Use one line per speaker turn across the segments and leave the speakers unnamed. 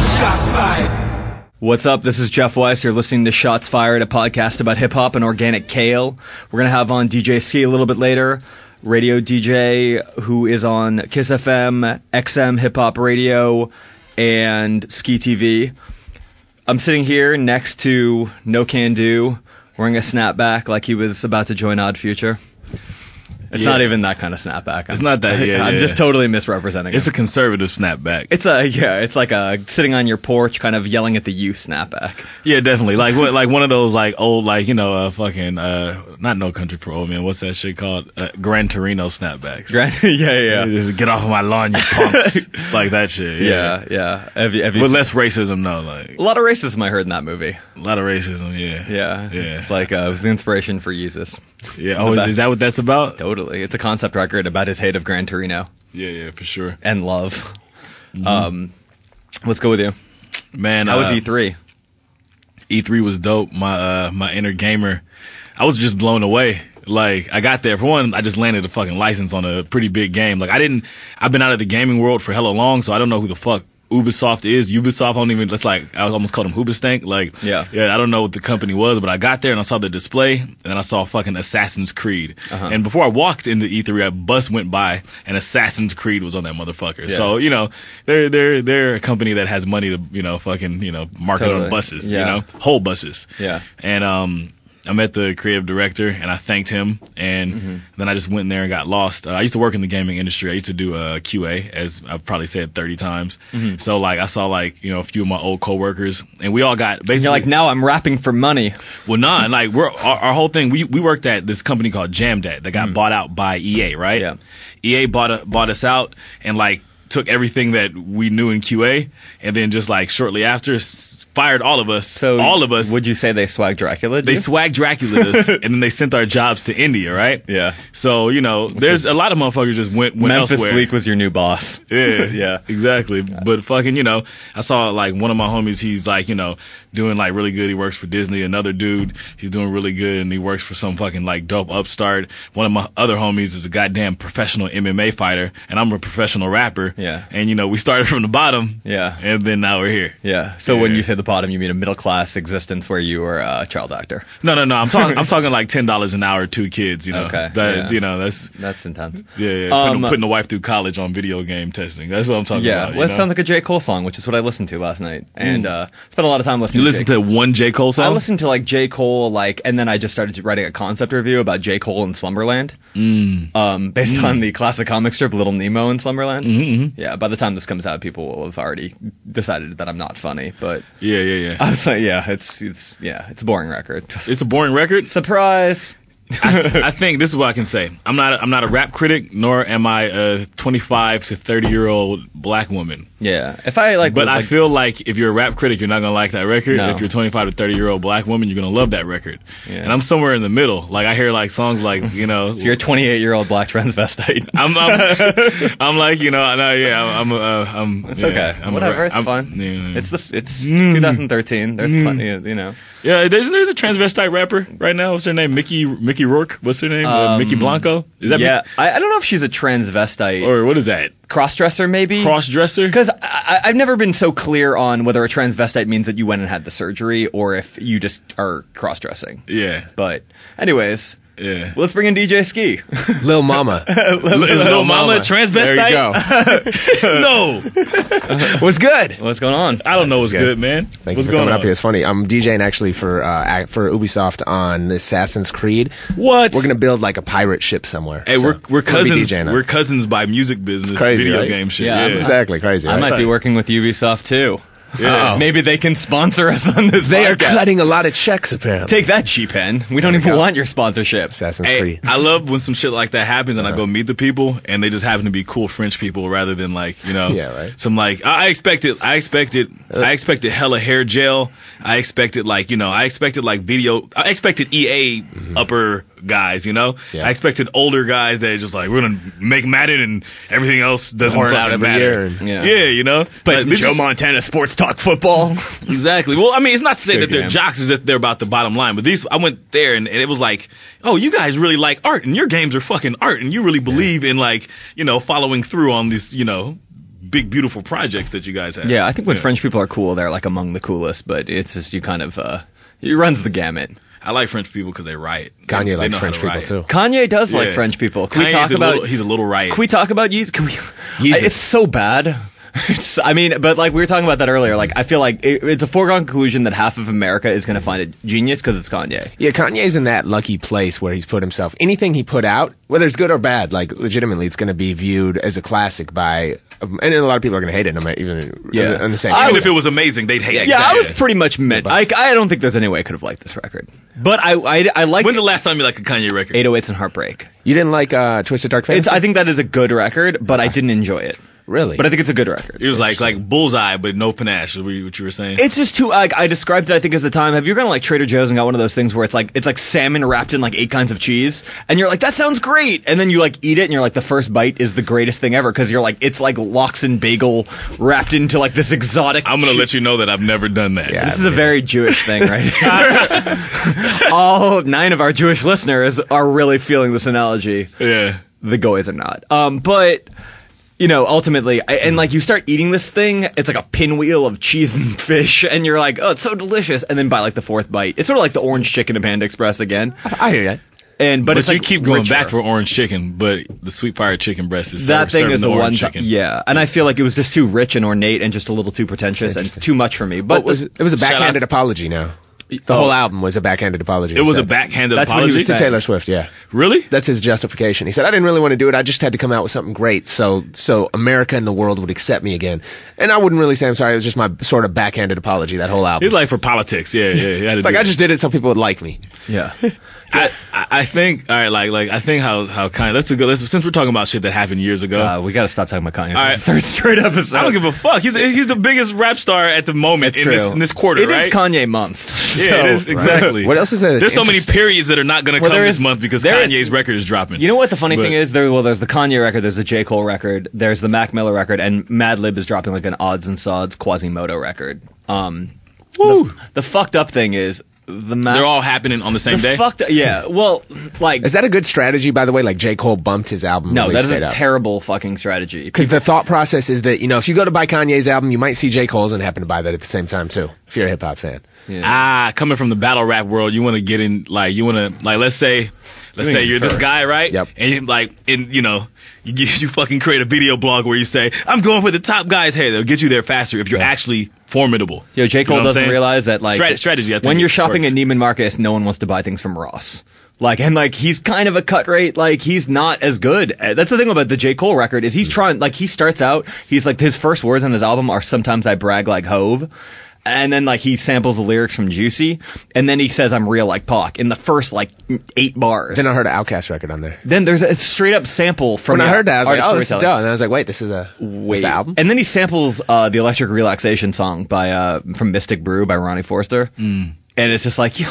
Shots fired.
What's up? This is Jeff Weiss. You're listening to Shots Fired, a podcast about hip hop and organic kale. We're going to have on DJ Ski a little bit later, radio DJ who is on Kiss FM, XM Hip Hop Radio, and Ski TV. I'm sitting here next to No Can Do, wearing a snapback like he was about to join Odd Future. It's
Yeah.
not even that kind of snapback.
It's not that- yeah,
I'm
yeah,
just
yeah.
totally misrepresenting
It's
it.
a conservative snapback.
It's a yeah. It's like a sitting on your porch, kind of yelling at the you snapback.
yeah, definitely. Like what? Like one of those like old like you know uh, fucking uh not no country for old men. What's that shit called? Uh, Gran Torino snapbacks.
Grand, yeah, yeah, yeah,
Just get off of my lawn, you punks! like that shit.
yeah, yeah. Have you, have you
With
seen-
less racism, though. Like
a lot of racism I heard in that movie.
a lot of racism. Yeah.
Yeah,
Yeah.
It's like uh, it was the inspiration for Jesus.
Yeah. Oh,
back-
is that what that's about?
Totally, it's a concept record about his hate of Gran Torino
Yeah. Yeah. For sure.
and love. Um, let's go with you.
Man,
How was
Mm-hmm. uh,
E three?
E3 E was dope. My uh, my inner gamer, I was just blown away. Like I got there for one, I just landed a fucking license on a pretty big game. Like I didn't, I've been out of the gaming world for hella long, so I don't know who the fuck Ubisoft is. Ubisoft, I don't even. That's like I almost called them Hoobastank. Like
Yeah.
yeah, I don't know what the company was, but I got there and I saw the display and then I saw fucking Assassin's Creed.
Uh-huh.
And before I walked into E3, a bus went by and Assassin's Creed was on that motherfucker. So you know they're they're they're a company that has money to you know fucking you know market
Totally.
on buses.
Yeah.
You know whole buses.
Yeah.
And um, I met the creative director and I thanked him. And
Mm-hmm.
then I just went in there and got lost. Uh, I used to work in the gaming industry. I used to do uh, QA, as I've probably said 30 times.
Mm-hmm.
So, like, I saw, like, you know, a few of my old coworkers and we all got basically.
You're like now I'm rapping for money.
Well, nah, like we're our, our whole thing. We we worked at this company called Jamdat that got bought out by EA, right?
Mm. Yeah.
EA bought a, bought us out and like took everything that we knew in QA, and then just like shortly after, s- fired all of us.
So
all of us.
Would you say they swag Dracula?
they swag Dracula us, and then they sent our jobs to India, right?
Yeah.
So you know, there's a lot of motherfuckers just went went
Memphis
elsewhere.
Bleak was your new boss.
Yeah,
Yeah.
exactly. But fucking, you know, I saw like one of my homies. He's like, you know, doing like really good. He works for Disney. Another dude, he's doing really good, and he works for some fucking like dope upstart. One of my other homies is a goddamn professional MMA fighter, and I'm a professional rapper.
Yeah.
and you know, we started from the bottom.
Yeah.
and then now we're here.
Yeah. So when
Yeah.
you say the bottom, you mean a middle class existence where you were a child actor.
No, no, no. I'm talking. I'm talking like ten dollars an hour, two kids. You know,
Okay,
That-
yeah.
you know that's.
That's intense.
Yeah, yeah.
Um,
putting, putting the wife through college on video game testing. That's what I'm talking
Yeah,
about.
well, it sounds like a J. Cole song, which is what I listened to last night, and uh, spent a lot of time listening.
Hmm. you
to
listen
J. Cole.
to one J Cole song.
I listened to like J. Cole, like, and then I just started writing a concept review about J. Cole and Slumberland,
Hmm.
um, based on the classic comic strip Little Nemo in Slumberland. Mm-hmm. Yeah, by the time this comes out, people will have already decided that I'm not funny. But
Yeah, yeah, yeah.
I was like, yeah, it's it's yeah, it's a boring record.
It's a boring record.
Surprise!
I think this is what I can say. I'm not. A, I'm not a rap critic, nor am I a 25 to 30 year old black woman.
Yeah, if I like,
But
was,
I
like,
feel like if you're a rap critic, you're not gonna like that record.
No.
If you're a 25 to 30 year old black woman, you're gonna love that record.
Yeah.
And I'm somewhere in the middle. Like I hear like songs like you know.
you're a 28 year old black transvestite.
I'm, I'm, I'm like you know I know yeah I'm I'm, uh, I'm
It's
yeah,
okay.
I'm a
Whatever.
rap-
it's
I'm-
fun.
yeah, yeah. Mm.
It's the it's 2013. There's plenty. Of, you know.
yeah there's there's a transvestite rapper right now what's her name Mickey Mickey Rourke what's her name
Um,
uh, Mickey Blanco is that
yeah.
Mickey?
I, I don't know if she's a transvestite or
or what is that
crossdresser, maybe.
crossdresser
because I, I- I've never been so clear on whether a transvestite means that you went and had the surgery or if you just are cross-dressing.
yeah
But, anyways,
yeah
let's bring in DJ Ski.
Lil Mama.
Is Lil Mama, a transvestite?
There you go.
no,
What's good?
What's going on?
I don't know what's
good.
good, man.
Thank
what's
you for coming up here. It's funny. I'm DJing actually for uh, act- for Ubisoft on Assassin's Creed.
What?
We're gonna build like a pirate ship somewhere.
Hey,
so
we're we're
I'm gonna be
cousins.
DJing on
We're
it.
cousins by music business,
Crazy,
video
right?
game shit.
Yeah,
Yeah,
I'm-
exactly crazy.
I
right?
might be working with Ubisoft too.
Yeah.
Uh, maybe they can sponsor us on this.
They are
podcast.
cutting a lot of checks apparently.
Take that, G Pen. We don't even
go.
want your sponsorship.
Assassin's
Hey,
Creed.
I love when some shit like that happens, and I go meet the people, and they just happen to be cool French people rather than like you know,
Yeah, right. Uh.
Some like I I expected, I expected, I expected hella hair gel. I expected like you know, I expected like video. I expected EA upper guys, you know.
Mm-hmm. Yeah.
I expected older guys that are just like we're gonna make Madden and everything else doesn't
Pour it
fucking
out every year
matter.
and-
Yeah.
yeah. you know,
Play
Like,
some
this
Joe
is-
Montana sports talk football.
Exactly. Well, I mean, it's not to say
Good
that they're
game.
jocks, it's that they're about the bottom line. But these, I went there and, and it was like, oh, you guys really like art, and your games are fucking art, and you really believe in like, you know, following through on these, you know, big, beautiful projects that you guys have.
Yeah, I think when French people are cool, they're like among the coolest. But it's just you kind of uh, he runs the gamut.
I like French people because they riot. They- they
Kanye likes
know how
French
to
people
riot.
too.
Kanye does like
Yeah.
French people. Can we
Kanye's
talk
a
about?
little- he's a little riot.
Can we talk about Yeezus? Can we,
Yeezus.
It's so bad. It's, I mean, but like we were talking about that earlier. Like I feel like it, it's a foregone conclusion that half of America is going to find it genius because it's Kanye.
Yeah, Kanye's in that lucky place where he's put himself. Anything he put out, whether it's good or bad, like legitimately, it's going to be viewed as a classic by, um, and a lot of people are going to hate it. No matter even
Yeah.
on the same.
I
Even
level.
was-
if it was amazing, they'd hate it.
Yeah, I was pretty much meant. I, I don't think there's any way I could have liked this record. But I I, I like
When's the last time you like a Kanye record?
808s and Heartbreak.
you didn't like uh, Twisted Dark Fantasy.
It's, I think that is a good record, but I didn't enjoy it.
Really?
But I think it's a good record.
It was like like bullseye, but no panache. Is what you what you were saying?
It's just too. Like, I described it. I think as the time. Have you gone to like Trader Joe's and got one of those things where it's like it's like salmon wrapped in like eight kinds of cheese, and you're like, that sounds great, and then you like eat it, and you're like, the first bite is the greatest thing ever because you're like, it's like lox and bagel wrapped into like this exotic.
I'm gonna let you know that I've never done that.
Yeah.
This is a very Jewish thing, right? All nine of our Jewish listeners are really feeling this analogy
yeah.
the goys are not. Um, but you know, ultimately, I, and like you start eating this thing, it's like a pinwheel of cheese and fish, and you're like, oh, it's so delicious. And then by like the fourth bite, it's sort of like the orange chicken of Panda Express again.
I hear that.
And but,
But
it's
you
like,
keep going
richer.
back for orange chicken, but the sweet fire chicken breast is
that
served-
thing
served
is
in
the
orange
one. ti-
chicken.
yeah, and I feel like it was just too rich and ornate, and just a little too pretentious, and too much for me. But
It was,
the-
it was a
Shout out-
backhanded apology. Now the whole album was a backhanded apology.
It was a
back
backhanded
That's what he
apology.
was
to
saying.
Taylor Swift. Yeah,
Really?
that's his justification. He said, "I didn't really want to do it. I just had to come out with something great, so so America and the world would accept me again." And I wouldn't really say I'm sorry. It was just my sort of backhanded apology. That whole album.
He's like for politics. Yeah, yeah. yeah
It's like I just did it so people would like me.
yeah,
I, I I think all right. Like like I think how how kind. Let's go. Let's since we're talking about shit that happened years ago.
uh, we got to stop talking about Kanye. All
right.
third straight episode.
I don't give a fuck. He's he's the biggest rap star at the moment
It's
in
true.
this in this quarter,
It is
right?
Kanye month.
yeah,
so-
it is exactly.
What else is there?
There's
that's
so many
interesting?
periods that are not going to
Well,
come
there
this
is-
month because
there is-
Kanye's record is dropping.
You know what the funny
But-
thing is? There well, there's the Kanye record, there's the J Cole record, there's the Mac Miller record, and Madlib is dropping like an odds and sods Quasimodo record. Um, The, the fucked up thing is the Mac.
They're all happening on the same
the
day.
fucked. Yeah. Well, like
Is that a good strategy, by the way? Like J. Cole bumped his album.
no, that is a
terrible.
terrible fucking strategy.
Because the thought process is that you know if you go to buy Kanye's album, you might see J. Cole's and happen to buy that at the same time too. If you're a hip hop fan,
Ah, coming from the battle rap world, you want to get in like you want to like let's say let's
You
say
mean
you're this
first.
guy, right?
Yep.
And you, like and you know you get- you fucking create a video blog where you say I'm going for the top guy's head. They'll get you there faster if you're actually formidable.
Yo, J
You know
Cole
what I'm
doesn't
saying?
realize that like
Strat- strategy. I think
when you're
it
shopping
works.
at Neiman Marcus, no one wants to buy things from Ross. Like and like he's kind of a cut rate. Like he's not as good. Uh, That's the thing about the J Cole record is he's trying. Like he starts out, he's like his first words on his album are sometimes I brag like Hove. And then like he samples the lyrics from Juicy, and then he says I'm real like Pac in the first like eight bars.
then I heard an Outkast record on there.
Then there's a straight up sample from.
When I
the
heard that, I was like,
artist
"Oh, this is
storytelling.
dope," and I was like, "Wait, this is a wait the album."
And then he samples uh, the Electric Relaxation song by uh, from Mystic Brew by Ronnie Forster. Mm. And it's just like, yo,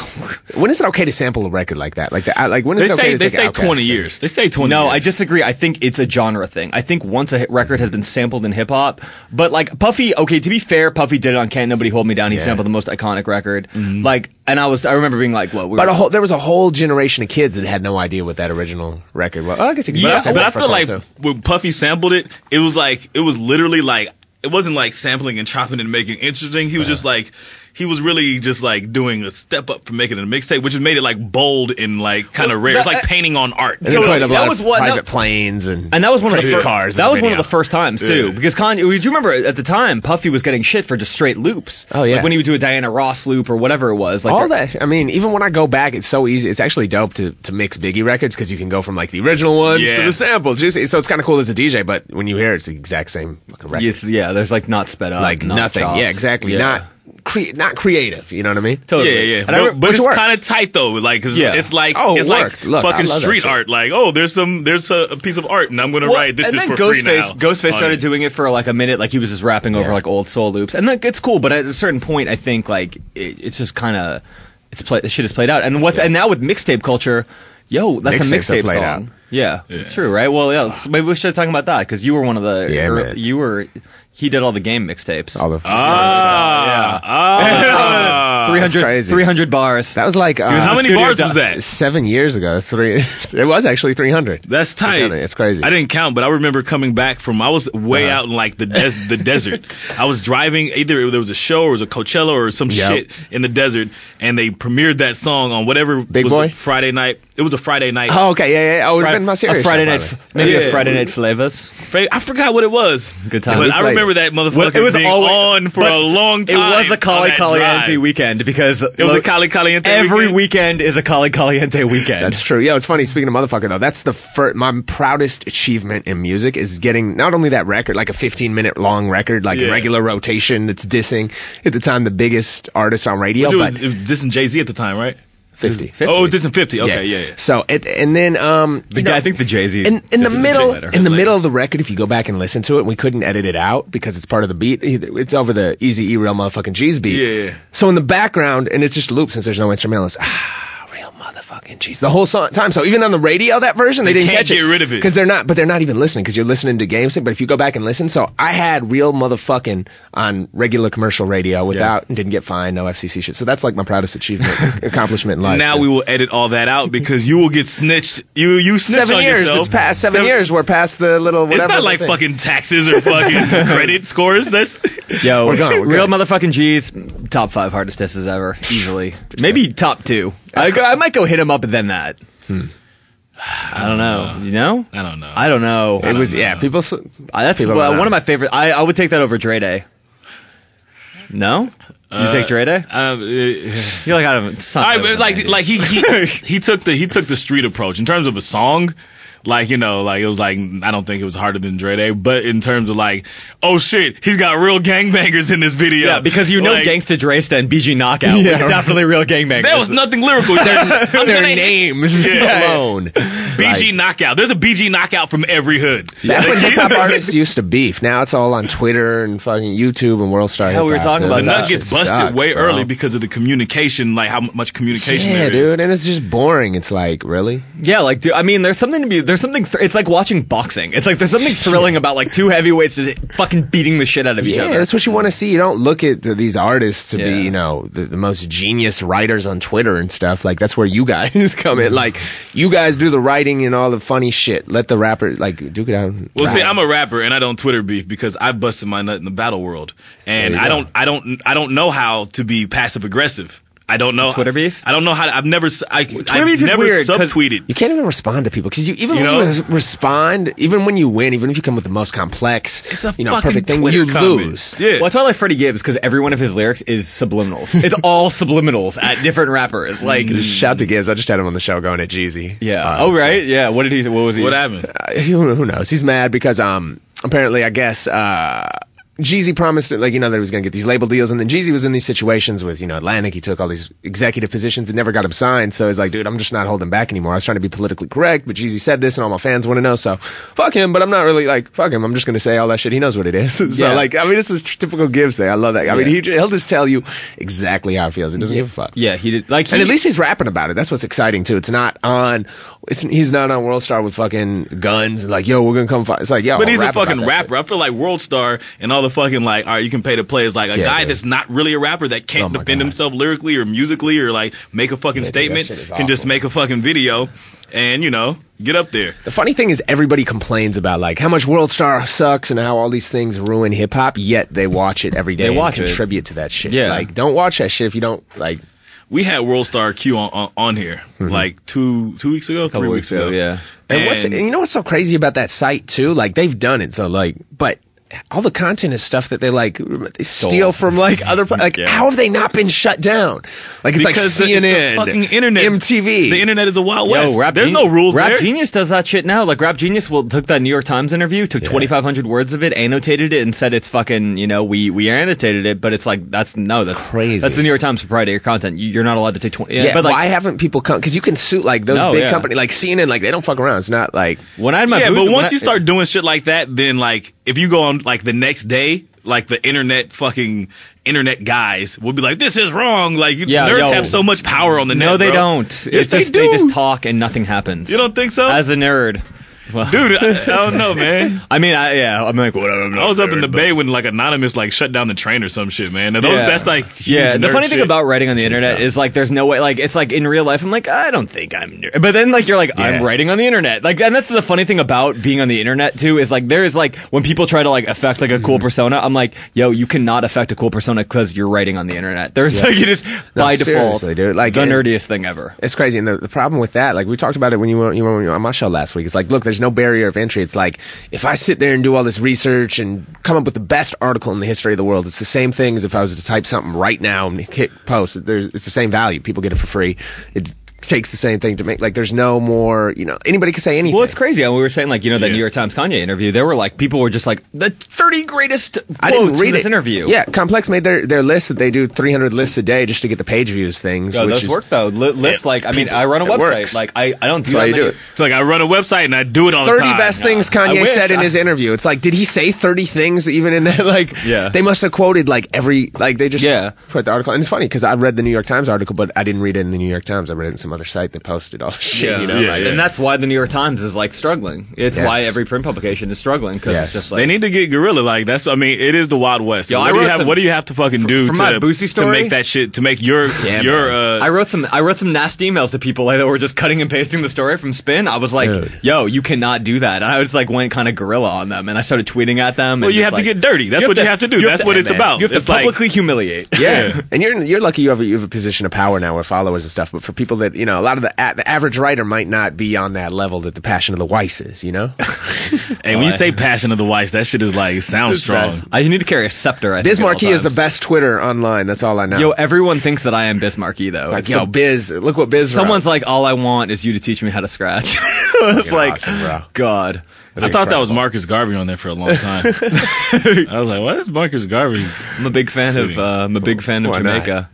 when is it okay to sample a record like that? Like, the, I- like when is
They
it okay
say
to
they
take
say
Outkast
20
thing?
years. They say 20.
no,
years.
I disagree. I think it's a genre thing. I think once a hit record has been sampled in hip hop, but like Puffy, okay, to be fair, Puffy did it on Can't Nobody Hold Me Down. He sampled the most iconic record. Like, and I was, I remember being like, what? We
Mm-hmm. But
were-
a whole, there was a whole generation of kids that had no idea what that original record was. Oh, I guess you could
Yeah,
say
but
that
I
for
feel
Cole,
like
too.
when Puffy sampled it, it was like it was literally like it wasn't like sampling and chopping and making it interesting. He was just like he was really just like doing a step up from making it a mixtape, which made it like bold and like kind of
Well,
rare. It's
that-
like painting on art.
And they
Totally.
played a
That
lot of
was what-
private
that-
planes and
And that was one of the
crazy
first,
cars. in
That
the
was one of
video.
the first times too,
Yeah.
because Kanye. Do you remember at the time Puffy was getting shit for just straight loops?
Oh, yeah.
like when he would do a Diana Ross loop or whatever it was. Like
All
there-
that. I mean, even when I go back, it's so easy. It's actually dope to, to mix Biggie records because you can go from like the original ones to
Yeah.
the sample. Juicy. So it's kind of cool as a DJ, but when you hear it, it's the exact same fucking record.
Yes, yeah, there's like not sped up,
like
not
nothing.
chopped.
Yeah, exactly.
Yeah.
Not cre- not creative. You know what I mean?
Yeah,
totally.
yeah, yeah.
And I
But,
re-
but
which
it's
works.
kind of tight though. Like 'cause
Yeah.
it's like
Oh, it
it's like
worked. Look, I
fucking
love that
street
shit.
art. Like oh, there's some there's a, a piece of art, and I'm gonna
Well,
write this
and
is
then
for
Ghostface,
free now.
Ghostface
on
started
it.
doing it for like a minute, like he was just rapping over
Yeah.
like old soul loops, and like it's cool. But at a certain point, I think like it, it's just kind of it's play, the shit is played out. And what's and now with mixtape culture, yo, that's
Mixtapes are
a mixtape
played
song.
out.
Yeah, it's true, right? Well, yeah, let's- maybe we should talk about that because you were one of the
Yeah,
er-
man.
Ah. you were he did all the game mixtapes.
All the
Ah, ah.
that's
300,
crazy.
300 bars.
That was like uh,
How many
Studio
bars was
Do-
that?
seven years ago. That's three. It was actually three hundred.
That's tight.
It's crazy. Uh-huh.
I didn't count, but I remember coming back from. I was way out in like the des- the desert. I was driving. Either there was a show or it was a Coachella or some
Yep.
shit in the desert, and they premiered that song on whatever
Big
was
Boy?
it, Friday night. It was a Friday night.
Oh, okay. Yeah, yeah. yeah. Oh, it would have
Friday-
been my serious.
a
show,
Friday night,
probably.
f- maybe
Yeah.
a Friday night flavors.
Fra- I forgot what it was.
Good times.
But
It
I
was
remember that motherfucker. It was being on for
but
a long time.
It was a Cali
on that
Caliente
drive.
weekend because
It was a Cali Caliente
every
weekend.
weekend is a Cali Caliente weekend.
That's true. Yeah, it's funny. Speaking of motherfucker, though, that's the first, my proudest achievement in music is getting not only that record, like a 15 minute long record, like in
Yeah.
regular rotation that's dissing at the time the biggest artist on radio,
It
but
was, it was this and Jay Z at the time, right?
50.
Oh, this and fifty. Okay, yeah. yeah.
So it, and then um,
The
you
guy-
know,
I think the Jay Z
in, in the
This is
middle
Jay Leno.
in the
Leno.
middle of the record if you go back and listen to it we couldn't edit it out because it's part of the beat it's over the easy e real motherfucking g's beat
Yeah, yeah.
so in the background and it's just loops since there's no instrumental it's ah real motherfucking g's the whole song, time so even on the radio that version they,
They
didn't
can't
catch
get rid of it.
because they're not but they're not even listening because you're listening to games but if you go back and listen so i had real motherfucking on regular commercial radio without and didn't get fined no fcc shit so that's like my proudest achievement accomplishment in life
Now we will edit all that out because you will get snitched. You you snitched
seven
on
years
yourself.
it's past seven, years we're past the little whatever
It's not
the
like
thing.
fucking taxes or fucking credit scores. That's
Yo,
We're gone, we're
real
gone.
motherfucking G's. Top five hardest disses ever, easily. Maybe top two. I, go, I might go hit him up and then that. I don't know. You know?
Hmm. Uh, I don't know.
I don't know.
It was
know.
yeah. People. s-
I- uh, that's
Uh, people
well,
don't know.
one of my favorite. I, I would take that over Dre Day. No, you take Dre Day.
Um, uh,
You're like I don't. It's not
all right,
that
but like
bad.
like he he he took the he took the street approach in terms of a song. Like you know, like it was like I don't think it was harder than Dre Day, but in terms of like, oh shit, he's got real gangbangers in this video.
yeah, because you know
Like,
Gangsta Draysta and BG Knockout. were
Yeah, right.
definitely real gangbangers.
There was nothing lyrical. Their, I'm
Their
gonna hit
names
you.
alone.
BG knockout. There's a BG knockout from every hood.
That's what hip hop artists used to beef. Now it's all on Twitter and fucking YouTube and World Star.
Yeah, we were
Hip Hop,
talking
dude.
about
The
that
nut gets
Shit
busted
sucks,
way
bro.
early because of the communication, like how much communication
Yeah,
there is.
dude, and it's just boring. It's like really.
Yeah, like dude, I mean, there's something to be. There's something. Th- it's like watching boxing. It's like there's something thrilling about like two heavyweights just fucking beating the shit out of each
Yeah,
other.
that's what you want to see. You don't look at the, these artists to
Yeah.
be, you know, the, the most genius writers on Twitter and stuff. Like that's where you guys come in. Like you guys do the writing and all the funny shit. Let the rapper like duke it out.
Well, see, I'm a rapper and I don't Twitter beef because I busted my nut in the battle world, and
There you
I
go.
don't, I don't, I don't know how to be passive aggressive. I don't know
Twitter beef?
I don't know how. To, I've never, s- I,
Twitter beef
have
is
never
weird 'cause-
subtweeted.
You can't even respond to people because you even
You
when
know?
you res- respond, even when you win, even if you come with the most complex,
It's a
you know,
fucking
perfect thing,
Twitter
you
comment.
lose.
Yeah.
Well, it's all like Freddie Gibbs because every one of his lyrics is subliminals. it's all subliminals at different rappers. Like,
Shout to Gibbs! I just had him on the show going at Jeezy.
yeah.
Uh,
oh right. Yeah. What did he? What was he?
What happened?
uh, who, who knows? He's mad because um apparently I guess uh Jeezy promised it, like you know that he was going to get these label deals, and then Jeezy was in these situations with you know Atlantic. He took all these executive positions and never got him signed. So he's like, dude, I'm just not holding back anymore. I was trying to be politically correct, but Jeezy said this, and all my fans want to know. So fuck him, but I'm not really like fuck him. I'm just going to say all that shit. He knows what it is. so
Yeah.
like, I mean, this is typical Gibbs thing. I love that. I mean, he, he'll just tell you exactly how it feels. He doesn't give a fuck.
Yeah. He did. Like, he,
And at least he's rapping about it. That's what's exciting too. It's not on. It's he's not on World Star with fucking guns. And like, yo, we're gonna come fight. It's like, yo,
But he's
I'll
a
rap about
fucking
that
rapper. I feel like World Star and all the fucking like, all right, you can pay to play is like a
Yeah,
guy
dude.
that's not really a rapper that can't
Oh my
defend
God.
himself lyrically or musically or like make a fucking
that
statement
shit is
can just
awful.
make a fucking video and you know get up there.
The funny thing is, everybody complains about like how much World Star sucks and how all these things ruin hip hop. Yet they watch it every day.
They
and
watch it.
contribute to that shit.
Yeah.
like don't watch that shit if you don't like.
We had World Star Q on on, on here
Mm-hmm.
like two two weeks ago, three weeks ago.
Yeah.
And, what's and you know what's so crazy about that site too? Like they've done it. So like, but. All the content is stuff that they like they steal from like other pla- like
Yeah.
how have they not been shut down? Like it's
because
like
the- it's
CNN,
the fucking internet,
MTV,
The internet is a wild west.
Yo, rap
There's
Gen-
no rules
Rap
there.
Genius does that shit now. Like Rap Genius will took that New York Times interview, took 2,500 words of it, annotated it, and said it's fucking. You know, we we annotated it, but it's like that's no, that's
crazy.
That's the New York Times proprietary content. You, you're not allowed to take 20.
Yeah,
but like
why haven't people come? Because you can sue like those
No,
big
yeah.
company, like CNN, like they don't fuck around. It's not like
when I had my
yeah,
booze-
but
when
once
I-
you start doing shit like that, then like if you go on like the next day, like the internet fucking internet guys will be like, "This is wrong." Like you
Yeah,
nerds
yo.
have so much power on the net.
No, they
bro.
don't.
Yes,
it's just
they do.
just talk and nothing happens.
You don't think so?
As a nerd,
dude. I, I don't know, man.
I mean, I, yeah, I'm like, whatever. I'm
I was
not
up in the
there,
bay when like anonymous like shut down the train or some shit, man. Now, those
Yeah.
that's like
but- Yeah, the funny thing about writing on the internet
tough.
is like there's no way like it's like in real life I'm like I don't think I'm ner-. but then like you're like I'm
Yeah.
writing on the internet like and that's the funny thing about being on the internet too is like there is like when people try to like affect like a cool
Mm-hmm.
persona I'm like yo you cannot affect a cool persona because you're writing on the internet there's like it is by default
seriously, dude. Like,
the
it-
nerdiest thing ever
It's crazy, and the, the problem with that, like we talked about it when you were, you were on my show last week. It's like, look, there's no barrier of entry. It's like if I sit there and do all this research and come up with the best article in the history of the world, it's the same thing as if I was to type something right now and hit post. There's, it's the same value. People get it for free. It takes the same thing to make. Like, there's no more. You know, anybody can say anything.
Well, it's crazy. And we were saying, like, you know, that
Yeah.
New York Times Kanye interview, there were like, people were just like, the 30 greatest quotes
I didn't read
from this
it.
interview.
Yeah, Complex made their, their list that they do 300 lists a day just to get the page views things.
No,
which
those
is-
work though. Li- list like I mean, I run a
It
website.
works.
Like I, I don't do
That's why
that
you
many-
do it.
It's like I run a website and I do it all the
30
time.
best
Nah,
things
I
Kanye
wish
said in
I-
his interview. It's like, did he say 30 things even in that? Like,
Yeah.
they must have quoted like every, like they just
Yeah.
put the article. And it's funny because I read the New York Times article, but I didn't read it in the New York Times. I read it in some other site that posted all the shit,
Yeah,
you know?
yeah,
like,
yeah.
and that's why the New York Times is like struggling. It's
Yes.
why every print publication is struggling because it's
Yes.
just
they
like.
need to get gorilla. Like that's, I mean, it is the Wild West.
Yo, I
what, do
wrote
you have,
some-
what do you have to fucking do
for
to,
my Boosie
to
story?
make that shit to make your your uh,
I wrote some. I wrote some nasty emails to people like, that were just cutting and pasting the story from Spin. I was like,
Dude.
"Yo, you cannot do that." And I was like, went kind of gorilla on them, and I started tweeting at them.
Well, you have to get dirty. That's what you have to do. That's what it's about.
You have
It's
to
like-
publicly humiliate.
Yeah. and you're you're lucky you have a, you have a position of power now with followers and stuff. But for people that you know, a lot of the a, the average writer might not be on that level that the Passion of the Weiss is. You know,
And when you say Passion of the Whites, that shit is like sounds strong.
I need to carry a scepter. I think, at all
Bismarcky is the
times.
best Twitter online. That's all I know.
Yo, everyone thinks that I am Bismarcky though.
like
It's
yo,
the-
Biz, look what Biz.
someone's
wrote.
like, all I want is you to teach me how to scratch. it's
You're
like,
awesome, bro.
God.
I thought that was Marcus Garvey on there for a long time. I was like, what is Marcus Garvey?
I'm a big fan of.
Sweet.
Uh, I'm a big fan of
Why not?
Jamaica.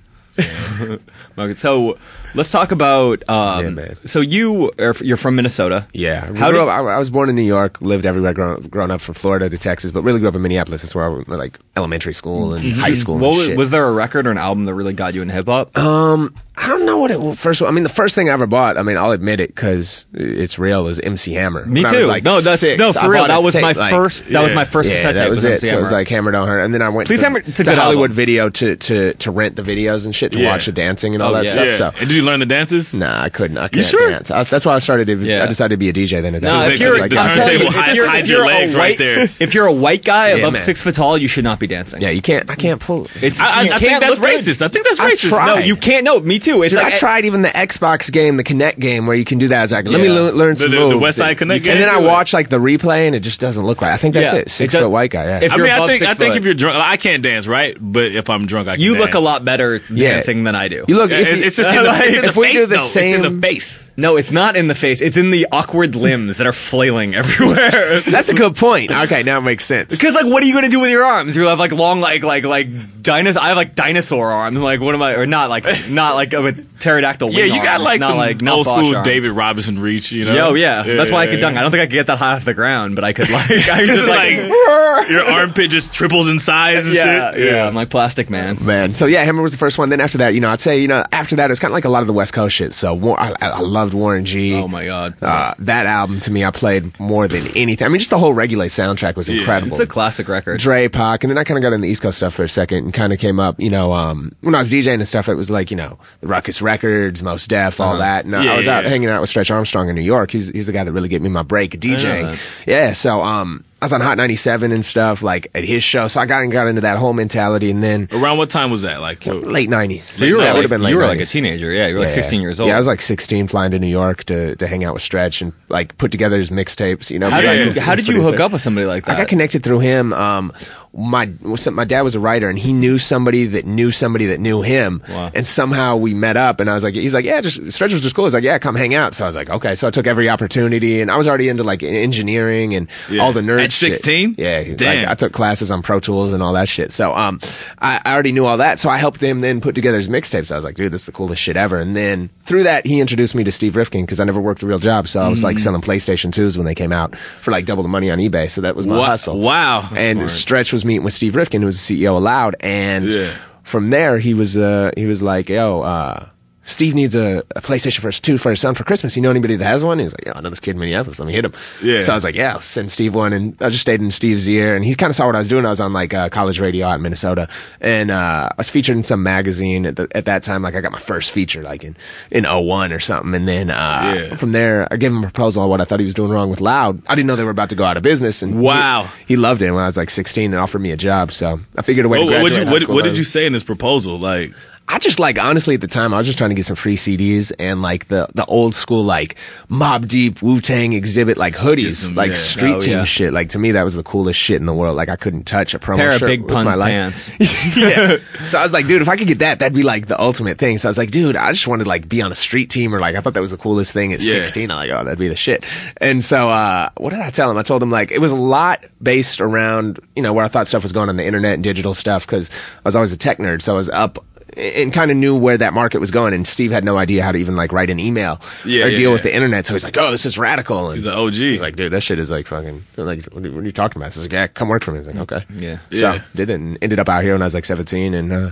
Okay, so let's talk about.
Yeah,
Um,
man.
so you are you're from Minnesota.
Yeah,
How
grew up,
did-
I, I was born in New York, lived everywhere, grown, grown up from Florida to Texas, but really grew up in Minneapolis. That's where I went, like elementary school and high school. And
Mm-hmm. What was,
shit.
was there a record or an album that really got you into hip hop?
Oh,
I don't know what it well, first. I mean, the first thing I ever bought. I mean, I'll admit it because it's real. Is MC Hammer.
Me
When I was,
too.
like,
no, that's
six,
no
I
for real.
bought
That
a
was
tape,
my
like-
first. That was
yeah.
my first
Yeah,
cassette
that
tape.
was
with
it.
MC
So it was
Hammer.
like hammered on her, and then I went
Please
to,
Hammer- it's a
to
good
Hollywood
album.
Video to, to to rent the videos and shit to
Yeah.
watch the dancing and all
Oh,
that
yeah.
stuff.
Yeah.
So
And did you learn the dances?
nah, I couldn't. I couldn't
sure?
dance. I, that's why I started. To,
Yeah.
I decided to be a DJ then. At that
No,
time.
if
the-
you're,
the
I'm
I'm
turntable
telling you, if
hide-
you're-
hides
if
your
you're a
legs right
white-
there.
If you're a white guy above
man.
six foot tall, you should not be dancing.
Yeah, you can't. I can't pull.
It's,
I, I-
you
I think
can't
that's
look good.
racist. I think that's
I
racist.
tried.
No, you can't. No, me too. It's
Dude,
like
I tried even the Xbox game, the Kinect game, where you can do that. I was like, let me
Yeah.
le- learn some
the- the
moves.
West Side
And-
Kinect game,
And then I
do it.
watched like the replay, and it just doesn't look right. I think that's
Yeah.
it. Six
It does-
foot white guy. Yeah.
If
I
you're
mean, I
above
think
six
I think
foot.
if you're drunk, I can't dance, right? But if I'm drunk, I can.
You look
dance.
a lot better
Yeah.
dancing than I do.
you look.
Yeah,
if
it's,
you-
it's just in the, it's in the
if we
face,
do the
though.
same,
It's in the face.
no, it's not in the face. It's in the awkward limbs that are flailing everywhere.
that's a good point. Okay, now it makes sense.
Because like, what are you gonna do with your arms? You have like long, like like like dinosaur. I have like dinosaur arms. I'm like, what am I? Or not like not like a pterodactyl.
Yeah,
wing
you got
arms.
like
not
some
like not
old
Bosch
school
arms.
David Robinson reach. You know?
Yo, yeah, that's why I could
yeah,
dunk. I don't think I could get that high off the ground, but I could like. I could just
Just
like.
like your armpit just triples in size and
yeah,
shit.
yeah, I'm like plastic man.
Man, so yeah, Hammer was the first one. Then after that, you know, I'd say, you know, after that, it's kind of like a lot of the West Coast shit. So War- I, I I loved Warren G.
Oh my god,
Uh, that album to me, I played more than anything. I mean, just the whole Regulate soundtrack was incredible.
it's a classic record.
Dre, Pac, and then I kind of got into the East Coast stuff for a second and kind of came up, you know, um, when I was DJing and stuff, it was like, you know, Ruckus Records, Most Def,
Uh-huh.
all that. And
Yeah,
I was
yeah,
out
yeah.
hanging out with Stretch Armstrong in New York. He's, he's the guy that really gave me my break
that.
DJing. Yeah. So, um, I was on Hot 97 and stuff, like at his show. So I got, got into that whole mentality and then
Around what time was that? Like, what-
late 90s.
So you were
that
like,
would've been late
you were like a
90s.
teenager, yeah. You were like
Yeah.
16 years old.
Yeah, I was like 16, flying to New York to, to hang out with Stretch and like put together his mixtapes, you know.
How
be
did,
like
you,
his-
how
his
did you hook
producer.
up with somebody like that?
I got connected through him. Um, my some- my dad was a writer, and he knew somebody that knew somebody that knew him,
Wow.
and somehow we met up. And I was like, he's like, yeah, just Stretch was just cool. He's like, yeah, come hang out. So I was like, okay. So I took every opportunity, and I was already into like engineering and
Yeah.
all the nerd
At
shit.
16?
Yeah,
Damn.
Like, I took classes on Pro Tools and all that shit. So um, I, I already knew all that. So I helped him then put together his mixtapes. I was like, dude, this is the coolest shit ever. And then through that, he introduced me to Steve Rifkin because I never worked a real job, so I was like selling PlayStation twos when they came out for like double the money on eBay. So that was my
Wha-
hustle.
wow.
And Stretch was E meeting with Steve Rifkin, who was the CEO of Loud, and
Yeah.
from there he was uh, he was like, "Yo, uh, Steve needs a, a PlayStation for his two for his son for Christmas. You know anybody that has one? He's like, yeah, I know this kid in Minneapolis. Let me hit him.
Yeah.
So I was like, yeah, I'll send Steve one, and I just stayed in Steve's ear, and he kind of saw what I was doing. I was on like uh, college radio out in Minnesota, and uh, I was featured in some magazine at, the, at that time. Like I got my first feature like in in 01 or something, and then uh,
Yeah.
from there I gave him a proposal on what I thought he was doing wrong with Loud. I didn't know they were about to go out of business, and he-
Wow.
he, loved it. When I was like 16, and offered me a job, so I figured a way
What,
to graduate.
what'd you,
high
what,
school
what
loud.
did you say in this proposal? Like,
I just like honestly at the time I was just trying to get some free CDs and like the the old school like Mob Deep Wu Tang exhibit like hoodies
Just some-
like
yeah.
street
Oh,
team
yeah.
shit like to me that was the coolest shit in the world like I couldn't touch a promo
Pair of
shirt
big
with my
puns
life.
pants.
yeah. So I was like, dude, if I could get that, that'd be like the ultimate thing. So I was like, dude, I just wanted to like be on a street team or like I thought that was the coolest thing at
Yeah.
16. I'm like, oh, that'd be the shit. And so uh, what did I tell him? I told him like it was a lot based around you know where I thought stuff was going on the internet and digital stuff because I was always a tech nerd, so I was up. And kind of knew where that market was going, and Steve had no idea how to even like write an email
Yeah,
or
yeah,
deal with
yeah.
the internet. So he's like, "Oh, this is radical." And
he's an OG.
He's like, dude, that shit is like fucking. Like, what are what are you talking about? So I was like, yeah, come work for me. He's like, okay,
Yeah.
So
Mm. Yeah.
did it and ended up out here when I was like 17, and uh,